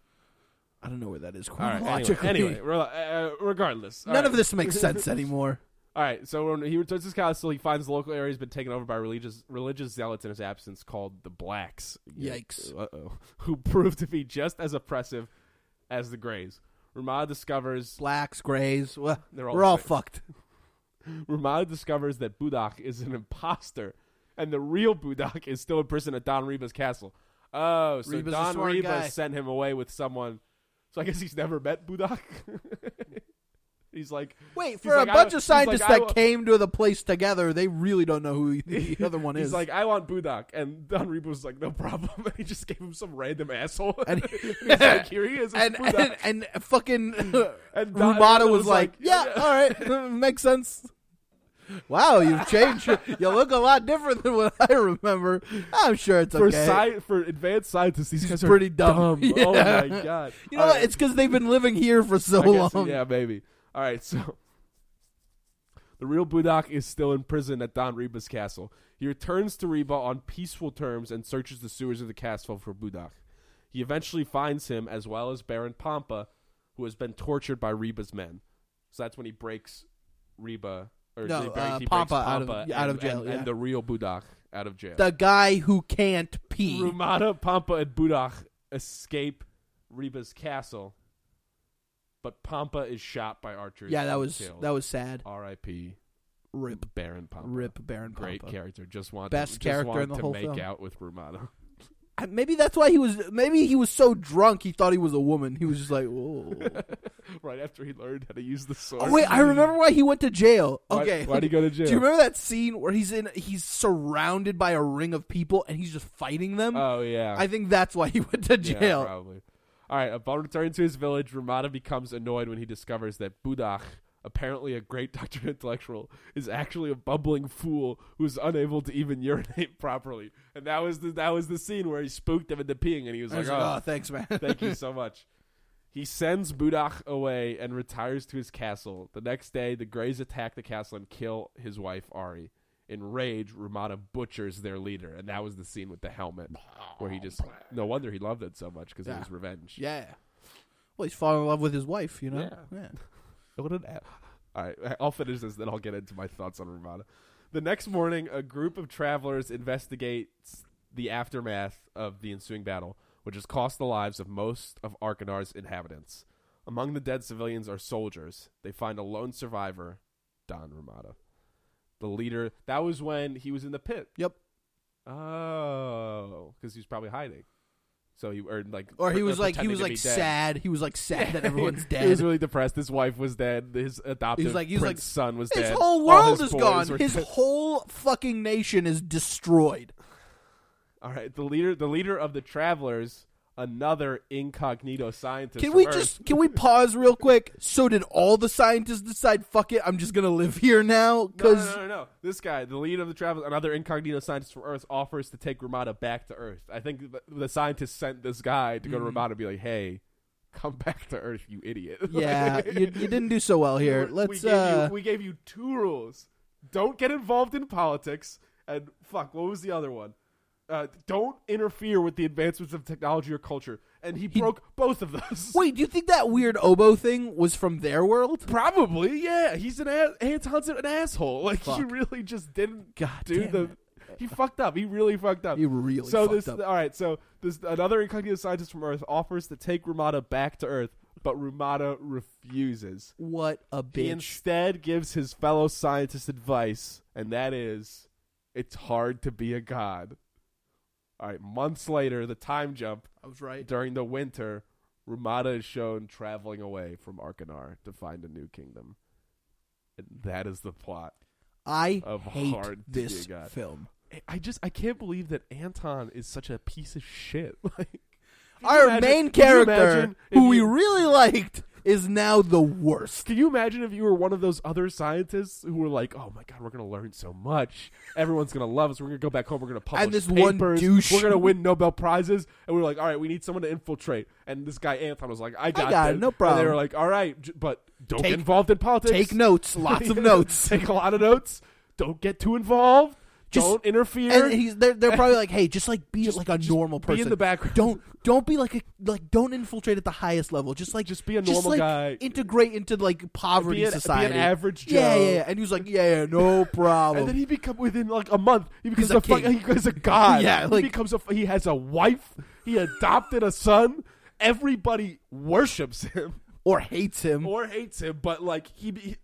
S2: I don't know where that is
S1: All right,
S2: chronologically.
S1: Anyway, anyway re- uh, regardless. all
S2: none of
S1: right.
S2: this makes sense anymore.
S1: All right, so when he returns to his castle, he finds the local area has been taken over by religious religious zealots in his absence, called the Blacks.
S2: Yikes.
S1: Uh oh. Who proved to be just as oppressive as the Greys. Ramada discovers
S2: Blacks, grays, well,
S1: They're all
S2: we're all
S1: the same.
S2: fucked.
S1: Ramada discovers that Budak is an imposter, and the real Budak is still in prison at Don Reba's castle. Oh, so
S2: Reba's a
S1: Don
S2: smart
S1: Reba
S2: guy.
S1: sent him away with someone. So I guess he's never met Budak. he's like,
S2: Wait,
S1: He's
S2: for
S1: like,
S2: a
S1: I-
S2: bunch of
S1: he's
S2: scientists
S1: like, I
S2: that
S1: wa-
S2: came to the place together, they really don't know who the other one
S1: He's
S2: is.
S1: like, I want Budak. And Don Reba was like, no problem. And he just gave him some random asshole.
S2: And-
S1: he's like, here he is. it's
S2: and,
S1: Budak."
S2: and and fucking
S1: And Don-
S2: Rumata
S1: it
S2: was,
S1: was
S2: like,
S1: like,
S2: "Yeah, oh,
S1: yeah."
S2: all right, makes sense." Wow, you've changed. you look a lot different than what I remember. I'm sure it's
S1: for,
S2: okay.
S1: sci- for advanced scientists, these
S2: He's
S1: guys
S2: pretty
S1: are
S2: dumb.
S1: Oh
S2: Yeah.
S1: my God.
S2: you know
S1: All
S2: what?
S1: right.
S2: It's because they've been living here for so
S1: I guess-
S2: long.
S1: Yeah, maybe. All right, so the real Budak is still in prison at Don Reba's castle. He returns to Reba on peaceful terms and searches the sewers of the castle for Budak. He eventually finds him as well as Baron Pampa, who has been tortured by Reba's men. So that's when he breaks Reba or
S2: No,
S1: he breaks,
S2: uh,
S1: he breaks
S2: Pampa out of-
S1: Pampa
S2: out of
S1: and-
S2: jail,
S1: and,
S2: yeah.
S1: and the real Budak out of jail.
S2: The guy who can't pee.
S1: Rumata, Pampa, and Budach escape Reba's castle, but Pampa is shot by archers.
S2: Yeah, that
S1: and
S2: was
S1: killed.
S2: that was sad.
S1: R.I.P.
S2: Rip,
S1: Baron Pampa.
S2: rip, Baron Pampa.
S1: Great character. Just want
S2: Best
S1: just
S2: character
S1: wanted
S2: in the
S1: to
S2: whole
S1: make
S2: film.
S1: out with Rumata.
S2: I- Maybe that's why he was. Maybe he was so drunk he thought he was a woman. He was just like, "Whoa."
S1: right after he learned how to use the sword.
S2: oh wait, I remember why he went to jail.
S1: Why-
S2: Okay,
S1: Why'd he go to jail?
S2: Do you remember that scene where he's in? He's surrounded by a ring of people and he's just fighting them.
S1: Oh yeah.
S2: I think that's why he went to
S1: Yeah,
S2: jail.
S1: probably. All right. Upon returning to his village, Ramada becomes annoyed when he discovers that Budach, apparently a great doctor intellectual, is actually a bumbling fool who's unable to even urinate properly. And that was the that was the scene where he spooked him into peeing, and he was
S2: I
S1: like,
S2: was like, "Oh,
S1: "Oh,
S2: thanks, man."
S1: thank you so much." He sends Budach away and retires to his castle. The next day, the Greys attack the castle and kill his wife Ari. In rage, Ramada butchers their leader, and that was the scene with the helmet, where he just no wonder he loved it so much because it
S2: Yeah.
S1: was revenge.
S2: yeah. Well, he's falling in love with his wife. You know.
S1: Yeah. What an a- All right, I'll finish this, then I'll get into my thoughts on Ramada. The next morning, a group of travelers investigates the aftermath of the ensuing battle, which has cost the lives of most of Arkanar's inhabitants. Among the dead civilians are soldiers. They find a lone survivor, Don Ramada. The leader, that was when he was in the pit.
S2: Yep.
S1: Oh, because he was probably hiding. So he, or like,
S2: Or he
S1: pre- uh,
S2: was like, he
S1: pretending
S2: was
S1: to
S2: like
S1: be dead.
S2: sad. He was like sad that everyone's
S1: He
S2: dead.
S1: was really depressed. His wife was dead. His adopted
S2: He's like- he's
S1: prince
S2: like,
S1: son was
S2: His
S1: dead. All
S2: whole world
S1: his
S2: is
S1: boys
S2: gone.
S1: were
S2: His
S1: dead.
S2: whole fucking nation is destroyed.
S1: All right, the leader, the leader of the travelers, another incognito scientist.
S2: Can
S1: from
S2: we
S1: Earth.
S2: just can we pause real quick? So did all the scientists decide? Fuck it, I'm just gonna live here now
S1: No, no,
S2: because
S1: no, no, no. This guy, the leader of the travelers, another incognito scientist from Earth, offers to take Ramada back to Earth. I think the, the scientist sent this guy to go
S2: Mm-hmm.
S1: to Ramada and be like, "Hey, come back to Earth, you idiot."
S2: yeah, you, you didn't do so well here.
S1: We-
S2: Let's
S1: we gave,
S2: uh,
S1: you, we gave you two rules: don't get involved in politics, and fuck, what was the other one? uh, "Don't interfere with the advancements of technology or culture," and he,
S2: He-
S1: broke both of those.
S2: Wait, do you think that weird oboe thing was from their world?
S1: Probably, yeah. He's an ass. Anton's an asshole. Like he
S2: Fuck.
S1: really just didn't
S2: God
S1: do
S2: damn
S1: the.
S2: it.
S1: He fucked up. He really fucked up.
S2: He really
S1: so
S2: fucked
S1: this.
S2: up.
S1: All right. So this another incognito scientist from Earth offers to take Ramada back to Earth, but Ramada refuses.
S2: What
S1: He
S2: a bitch.
S1: instead gives his fellow scientist advice, and that is, it's hard to be a god. All right. Months later, the time jump
S2: I was right.
S1: during the winter, Ramada is shown traveling away from Arcanar to find a new kingdom. And that is the plot.
S2: I
S1: Of
S2: hate
S1: hard to be a
S2: this
S1: god.
S2: film.
S1: I- I just I can't believe that Anton is such a piece of shit. Like can you
S2: Our
S1: imagine-
S2: main
S1: can you
S2: character,
S1: imagine if
S2: who we
S1: you-
S2: really liked, is now the worst.
S1: Can you imagine if you were one of those other scientists who were like, "Oh my god, we're gonna learn so much. Everyone's gonna love us. We're gonna go back home. We're gonna publish
S2: And this one
S1: papers.
S2: douche-
S1: We're gonna win Nobel prizes." And we were like, "All right, we need someone to infiltrate." And this guy Anton was like, "I got,
S2: got it,
S1: this."
S2: no
S1: And
S2: problem.
S1: they were like, "All right, j- but don't
S2: Take-
S1: get involved in politics.
S2: Take notes, lots of notes.
S1: Take a lot of notes. Don't get too involved.
S2: Just-
S1: don't interfere.
S2: And he's they're, they're probably like, hey, just like be
S1: Just-
S2: like a
S1: just
S2: normal
S1: be in
S2: person.
S1: the background.
S2: Don't don't be like a like don't infiltrate at the highest level. Just like
S1: Just be a normal
S2: like,
S1: guy.
S2: Integrate into like poverty
S1: Be an- be an
S2: society.
S1: average
S2: Yeah,
S1: Joe.
S2: yeah, yeah. And he was like, yeah, yeah, no problem.
S1: And then he become within like a month. He becomes
S2: Oh. a
S1: a, fuck-
S2: king.
S1: he becomes a god.
S2: Yeah,
S1: he
S2: like-
S1: becomes a. He has a wife. He adopted a son. Everybody worships him
S2: or hates him.
S1: or hates him, but like he. he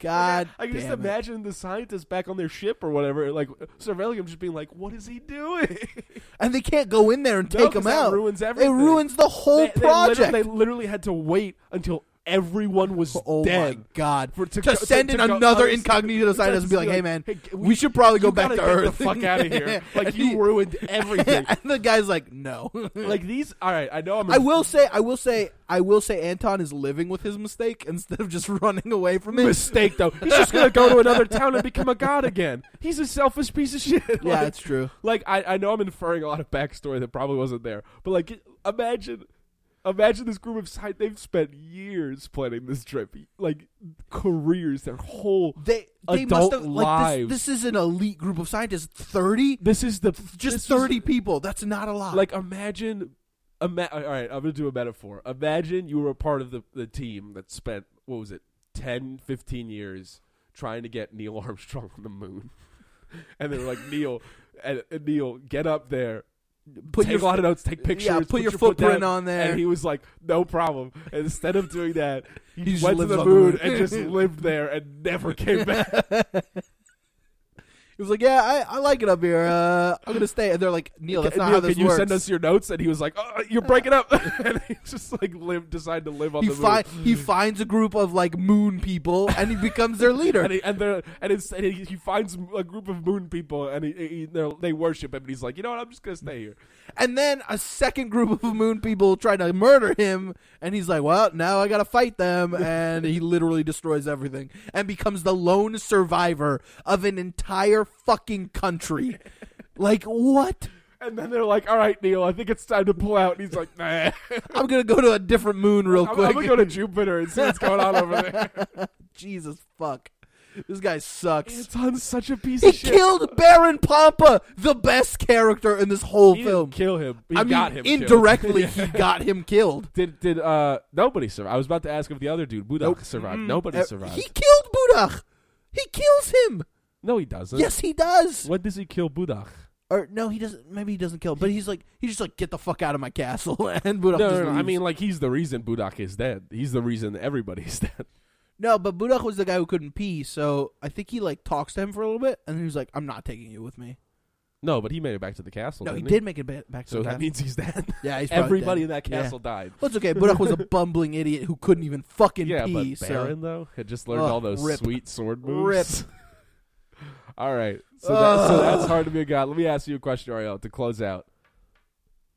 S2: God,
S1: I can just
S2: damn it.
S1: imagine the scientists back on their ship or whatever, like surveilling him, just being like, "What is he doing?"
S2: And they can't go in there and
S1: No,
S2: take
S1: 'cause
S2: him
S1: that
S2: out.
S1: ruins
S2: It
S1: everything.
S2: ruins the whole
S1: They- they literally-
S2: project.
S1: They literally, had to wait until everyone was
S2: Oh
S1: dead.
S2: my god!
S1: For- to
S2: to,
S1: go-
S2: send
S1: to-
S2: in
S1: to go-
S2: another
S1: other-
S2: incognito scientist and be like, "Hey man,
S1: hey,
S2: we, should probably go
S1: you
S2: back to
S1: gotta get
S2: Earth."
S1: The fuck out of here! Like
S2: And
S1: you
S2: he-
S1: ruined everything.
S2: and the guy's like, "No."
S1: like these. All right, I know I'm. a-
S2: I will say, I will say, I will say, Anton is living with his mistake instead of just running away from it.
S1: mistake though. He's just gonna go to another town and become a god again. He's a selfish piece of shit.
S2: Yeah,
S1: like,
S2: it's true.
S1: like I, I know I'm inferring a lot of backstory that probably wasn't there, but like imagine, imagine this group of sci- they've spent years planning this trip, like careers, their whole.
S2: They they
S1: Adult
S2: must have like
S1: lives.
S2: this, this is an elite group of scientists. Thirty,
S1: This is the
S2: just
S1: this is-
S2: thirty people. That's not a lot.
S1: like imagine, ima- all right, I'm gonna do a metaphor. Imagine you were a part of the the team that spent what was it, 10, 15 years trying to get Neil Armstrong on the moon, and they were like Neil, and, and Neil, get up there.
S2: Put
S1: take
S2: your
S1: a lot
S2: foot-
S1: of notes, take pictures.
S2: yeah, put your footprint on there.
S1: And he was like, "No problem." And instead of doing that, he,
S2: He just
S1: went to
S2: lives
S1: the
S2: on the
S1: moon,
S2: moon.
S1: and just lived there and never came back.
S2: He was like, "Yeah, I, I like it up here. Uh, I'm gonna stay." And they're like, "Neil, that's not
S1: Neil,
S2: how this
S1: can you
S2: works."
S1: send us your notes? And he was like, oh, "You're breaking up," and he just like lived, decided to live on
S2: he
S1: the moon.
S2: fi- he finds a group of like moon people and he becomes their leader.
S1: and he, and, they're- and, it's, and he, he finds a group of moon people and he, he, they're- they worship him and he's like you know what i'm just gonna stay here
S2: And then a second group of moon people try to murder him, and he's like, "Well, now I gotta fight them," and he literally destroys everything and becomes the lone survivor of an entire fucking country. Like what?
S1: and then they're like all right neil i think it's time to pull out and he's like nah
S2: I'm gonna go to a different moon real
S1: I'm,
S2: quick.
S1: I'm gonna go to jupiter and see what's going on over there
S2: Jesus fuck, this guy sucks.
S1: anton's such a piece
S2: He
S1: of shit
S2: killed Baron Pompa, the best character in this whole
S1: he
S2: film.
S1: didn't kill him he
S2: I mean,
S1: got him killed.
S2: indirectly, he got him killed.
S1: did did uh nobody survive i was about to ask if the other dude budak
S2: Nope.
S1: survived nobody
S2: Uh,
S1: survived
S2: He killed Budach. He kills him.
S1: no he doesn't
S2: Yes, he does.
S1: what does he kill budak
S2: Or no, he doesn't. Maybe he doesn't kill. But he's like, he's just like, get the fuck out of my castle. And Budach.
S1: no, no,
S2: just
S1: no, i
S2: leaves.
S1: mean like he's the reason budak is dead he's the reason everybody's dead
S2: no. But Budach was the guy who couldn't pee, so I think he like talks to him for a little bit, and he was like, I'm not taking you with me.
S1: no but he made it back to the castle
S2: no, he
S1: didn't
S2: did make it ba- back to
S1: so
S2: the
S1: that
S2: castle.
S1: means he's dead
S2: yeah, he's probably
S1: Everybody
S2: dead.
S1: in that
S2: Yeah.
S1: castle died.
S2: Well, it's okay. Budach was a bumbling idiot who couldn't even fucking
S1: yeah,
S2: pee.
S1: but
S2: so-
S1: Baron though had just learned
S2: Ugh,
S1: all those
S2: rip.
S1: sweet sword
S2: Rip.
S1: moves. all right, so, that, so
S2: Ugh.
S1: that's hard to be a god. Let me ask you a question, Ariel, to close out.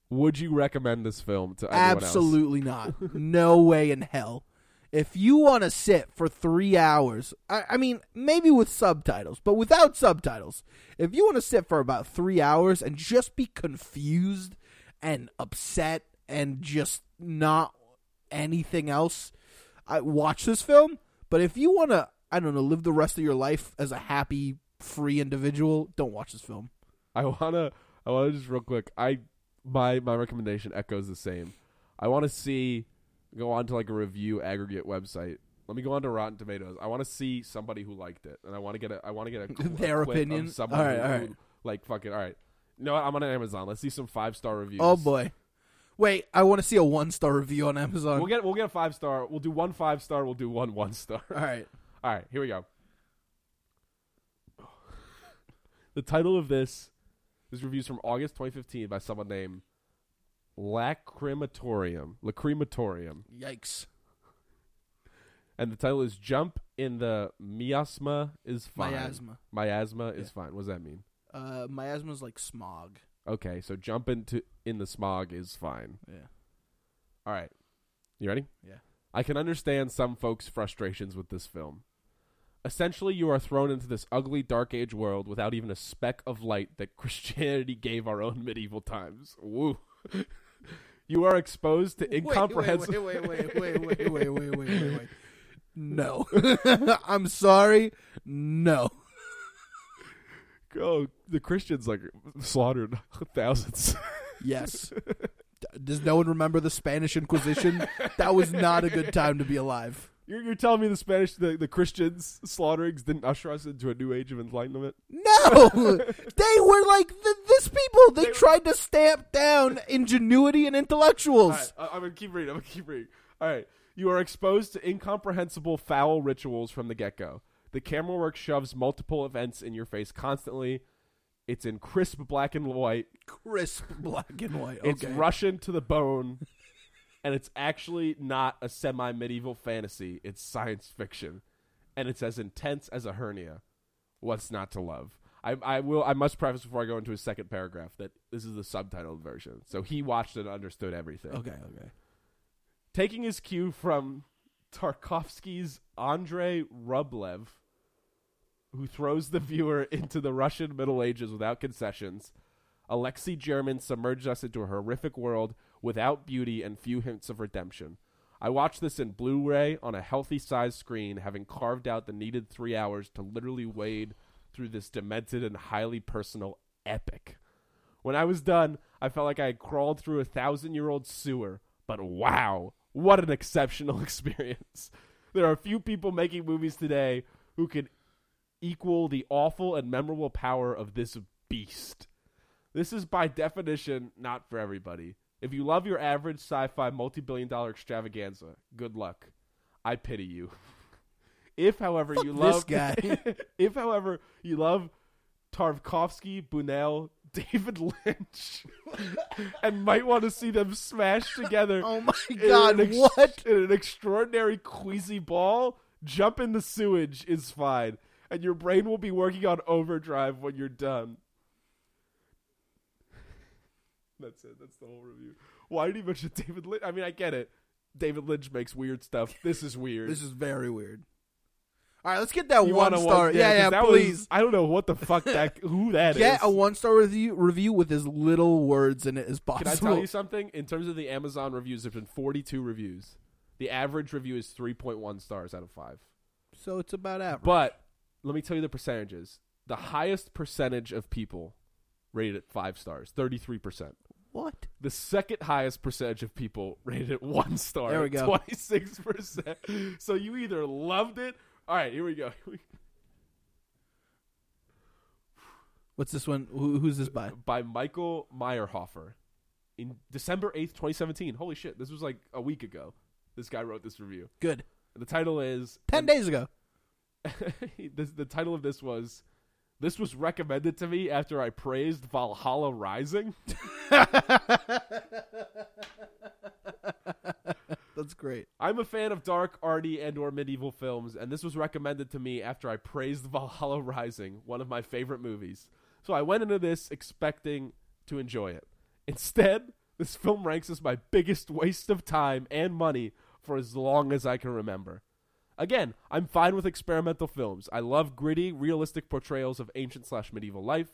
S1: Would you recommend this film to anyone else?
S2: Absolutely not. No way in hell. If you want to sit for three hours, I, I mean, maybe with subtitles, but without subtitles, if you want to sit for about three hours and just be confused and upset and just not anything else, I, watch this film. But if you want to, I don't know, live the rest of your life as a happy, free individual, don't watch this film.
S1: I wanna. I want to just real quick. I my my recommendation echoes the same. I want to see go on to like a review aggregate website. Let me go on to Rotten Tomatoes. I want to see somebody who liked it, and I want to get a I want to get a qu-
S2: Their
S1: a clip of
S2: opinion?
S1: someone
S2: Alright,
S1: who,
S2: alright.
S1: like fucking all right. You know what? I'm on Amazon. Let's see some five star reviews.
S2: Oh boy. Wait, I want to see a one star review on Amazon.
S1: We'll get we'll get a five star. We'll do one five star. We'll do one one star.
S2: All right.
S1: All right, here we go. the title of this this review is from August 2015 by someone named Lacrimatorium. Lacrimatorium.
S2: Yikes.
S1: And the title is Jump in the Miasma is Fine.
S2: Miasma.
S1: Miasma is
S2: Yeah.
S1: fine. What does that mean?
S2: Uh, miasma's like smog.
S1: Okay, so jump into in the smog is fine.
S2: Yeah.
S1: All right. You ready?
S2: Yeah.
S1: I can understand some folks' frustrations with this film. Essentially, you are thrown into this ugly dark age world without even a speck of light that Christianity gave our own medieval times. Woo. you are exposed to incomprehensible
S2: Wait, wait, wait, wait, wait, wait, wait, wait, wait, wait, wait. No. I'm sorry. No.
S1: Oh, the Christians like slaughtered thousands.
S2: Yes. D- Does no one remember the Spanish Inquisition? that was not a good time to be alive.
S1: You're, you're telling me the Spanish, the, the Christians slaughterings didn't usher us into a new age of enlightenment?
S2: No, they were like th- this people. They,
S1: They-
S2: tried to stamp down ingenuity and intellectuals.
S1: All right, I- I'm gonna keep reading. I'm gonna keep reading. All right, you are exposed to incomprehensible foul rituals from the get-go. The camera work shoves multiple events in your face constantly. It's in crisp black and white.
S2: Crisp black and white.
S1: It's Russian to the bone, and it's actually not a semi-medieval fantasy. It's science fiction, and it's as intense as a hernia. What's not to love? I, I will. I must preface before I go into a second paragraph that this is the subtitled version. So he watched it and understood everything.
S2: Okay, okay.
S1: taking his cue from Tarkovsky's Andrei Rublev, who throws the viewer into the Russian Middle Ages without concessions. Alexei German submerged us into a horrific world without beauty and few hints of redemption. I watched this in Blu ray on a healthy sized screen, having carved out the needed three hours to literally wade through this demented and highly personal epic. When I was done, I felt like I had crawled through a thousand year old sewer. But wow, what an exceptional experience. There are few people making movies today who can equal the awful and memorable power of this beast. This is by definition not for everybody. If you love your average sci fi multi billion dollar extravaganza, good luck. I pity you. If, however, you
S2: this
S1: love
S2: guy.
S1: if, however, you love Tarkovsky, Bunnell, David Lynch, and might want to see them smash together.
S2: Oh my
S1: in an
S2: god,
S1: ex-
S2: what?
S1: In an extraordinary queasy ball, jump in the sewage is fine, and your brain will be working on overdrive when you're done. That's it. That's the whole review. Why did he mention David Lynch? I mean, I get it. David Lynch makes weird stuff. This is weird.
S2: This is very weird. All right, let's get that
S1: You want
S2: one
S1: a
S2: star. yeah,
S1: 'cause
S2: yeah,
S1: that was-
S2: please.
S1: I don't know what the fuck that who that is.
S2: Get a one star review, review with as little words in it as possible.
S1: Can I tell you something? In terms of the Amazon reviews, there's been 42 reviews. The average review is 3.1 stars out of five.
S2: so it's about average.
S1: But let me tell you the percentages. The highest percentage of people rated it five stars, 33%.
S2: what?
S1: The second highest percentage of people rated it one star,
S2: There we go.
S1: 26%. So you either loved it. All right, here we go.
S2: What's this one? Who, who's this by?
S1: By Michael Meyerhofer in December 8th, 2017. Holy shit, this was like a week ago. This guy wrote this review.
S2: Good.
S1: The title is
S2: Ten days ago.
S1: this, the title of this was this was recommended to me after I praised Valhalla Rising.
S2: That's great.
S1: I'm a fan of dark, arty, and or medieval films, and this was recommended to me after I praised Valhalla Rising, one of my favorite movies. So I went into this expecting to enjoy it. Instead, this film ranks as my biggest waste of time and money for as long as I can remember. Again, I'm fine with experimental films. I love gritty, realistic portrayals of ancient slash medieval life.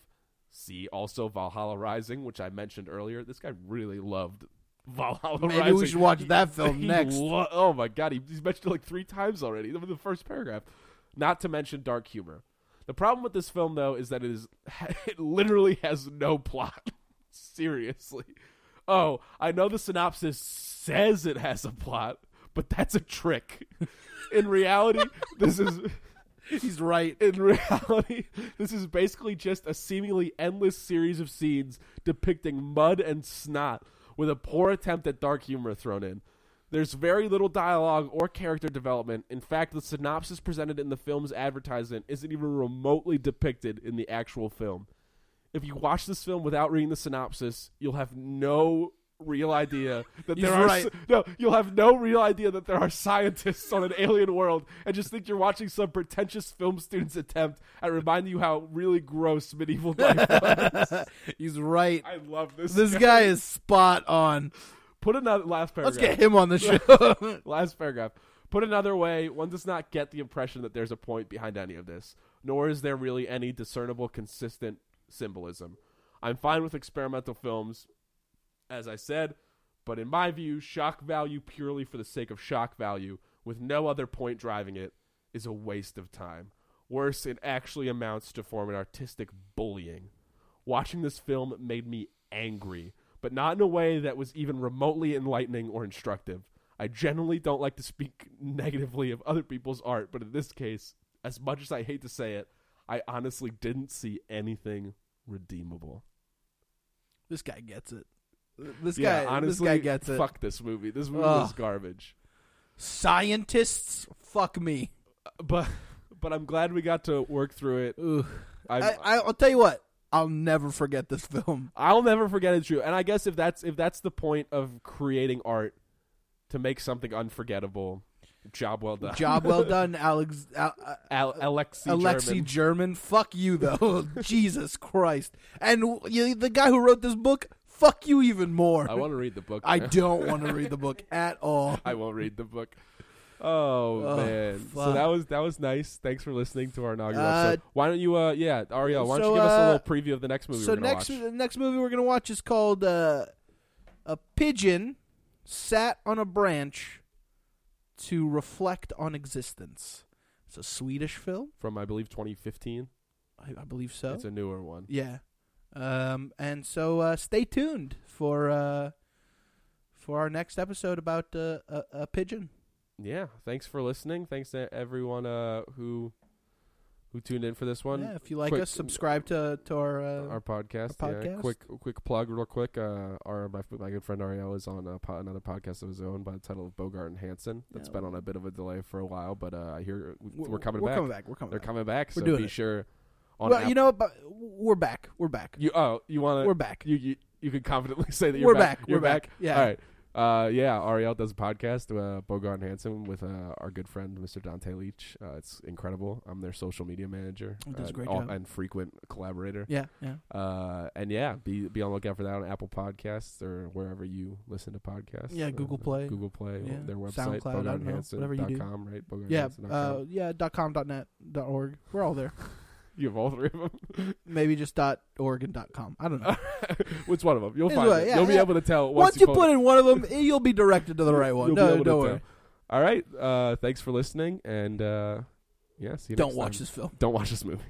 S1: See also Valhalla Rising, which I mentioned earlier. This guy really loved Valhalla
S2: Maybe we
S1: Rising.
S2: should watch that film
S1: he
S2: next.
S1: lo- oh my god, he, he's mentioned it like three times already in the first paragraph. Not to mention dark humor. The problem with this film, though, is that it is it literally has no plot. seriously. Oh, I know the synopsis says it has a plot, but that's a trick. In reality, this is
S2: He's right.
S1: in reality, this is basically just a seemingly endless series of scenes depicting mud and snot with a poor attempt at dark humor thrown in. There's very little dialogue or character development. In fact, the synopsis presented in the film's advertisement isn't even remotely depicted in the actual film. If you watch this film without reading the synopsis, you'll have no real idea that
S2: He's
S1: there are
S2: right.
S1: no you'll have no real idea that there are scientists on an alien world and just think you're watching some pretentious film student's attempt at reminding you how really gross medieval life was.
S2: He's right.
S1: I love this.
S2: This guy is spot on.
S1: Put another last paragraph.
S2: Let's get him on the show.
S1: Last paragraph. Put another way, one does not get the impression that there's a point behind any of this, nor is there really any discernible, consistent symbolism. I'm fine with experimental films, as I said, but in my view, shock value purely for the sake of shock value, with no other point driving it, is a waste of time. Worse, it actually amounts to form an artistic bullying. Watching this film made me angry, but not in a way that was even remotely enlightening or instructive. I generally don't like to speak negatively of other people's art, but in this case, as much as I hate to say it, I honestly didn't see anything redeemable.
S2: this guy gets it. This
S1: yeah,
S2: guy.
S1: honestly,
S2: this guy gets it.
S1: Fuck this movie. This movie
S2: Ugh.
S1: was garbage.
S2: Scientists. Fuck me.
S1: But but I'm glad we got to work through it.
S2: Ugh.
S1: I've,
S2: I, I, I'll tell you what. I'll never forget this film.
S1: I'll never forget it's true. And I guess if that's if that's the point of creating art to make something unforgettable, job well done.
S2: Job well done, Alex. Al, uh,
S1: Al- Alexi,
S2: Alexi German.
S1: German.
S2: Fuck you, though. Jesus Christ. And w- you, the guy who wrote this book. Fuck you even more.
S1: I want to read the book.
S2: I
S1: now.
S2: don't want to read the book at all.
S1: I won't read the book. Oh,
S2: Oh,
S1: man. So
S2: fuck.
S1: that was that was nice. Thanks for listening to our inaugural
S2: Uh,
S1: episode. Why don't you uh yeah, Ariel, why don't
S2: so,
S1: you give us a
S2: uh,
S1: little preview of the next movie
S2: so
S1: we're gonna
S2: next,
S1: watch?
S2: the next movie we're gonna watch is called uh, "A Pigeon Sat on a Branch to Reflect on Existence." It's a Swedish film,
S1: From I believe twenty fifteen.
S2: I, I believe so.
S1: It's a newer one.
S2: yeah, um, and so uh, stay tuned for uh, for our next episode about uh, a, a pigeon.
S1: Yeah. Thanks for listening. Thanks to everyone uh who who tuned in for this one.
S2: yeah, if you like
S1: quick-
S2: us, subscribe to to our. Uh,
S1: our podcast,
S2: our
S1: yeah.
S2: podcast.
S1: Quick, quick plug, real quick. Uh, our my, my good friend Ariel is on a po- another podcast of his own by the title of Bogart and Hanson. That's
S2: Yeah.
S1: been on a bit of a delay for a while, but uh, I hear we-
S2: w-
S1: we're coming
S2: we're
S1: back.
S2: Coming back. We're coming
S1: They're
S2: back.
S1: coming back.
S2: We're
S1: so
S2: doing
S1: be
S2: it.
S1: sure. On
S2: Well,
S1: Apple-
S2: you know, what, but we're back. We're back.
S1: you oh, you want
S2: We're
S1: to
S2: back.
S1: you, you you can confidently say that you're
S2: We're
S1: back.
S2: back.
S1: You're
S2: We're back. Yeah.
S1: All right. Uh, yeah, Ariel does a podcast, uh, Bogart and Hanson, with uh, our good friend Mr. Dante Leach. Uh, it's incredible. I'm their social media manager.
S2: He does a
S1: and
S2: great
S1: all-
S2: job.
S1: and frequent collaborator.
S2: Yeah. Yeah.
S1: Uh, and yeah, be be on the lookout for that on Apple Podcasts or wherever you listen to podcasts.
S2: Yeah,
S1: Uh,
S2: Google Play.
S1: Google Play,
S2: Yeah.
S1: their website,
S2: SoundCloud, I don't know, whatever you do.
S1: bogarthandhanson.com, right?
S2: Yeah,
S1: bogarthandhanson dot com.
S2: uh, yeah. Dot com. Dot net. Dot org. We're all there.
S1: you have all three of them.
S2: Maybe just dot org and dot com. I don't know.
S1: Which one of them? You'll
S2: Either
S1: find
S2: way,
S1: it.
S2: yeah,
S1: You'll be
S2: yeah.
S1: able to tell
S2: Once,
S1: once,
S2: you
S1: pull
S2: put
S1: it.
S2: in one of them, eh, you'll be directed to the right one.
S1: You'll be
S2: No,
S1: able to
S2: don't worry.
S1: tell. All right. Uh, thanks for listening, and uh, yeah, see you
S2: Don't
S1: next
S2: watch
S1: time.
S2: this film.
S1: Don't watch this movie.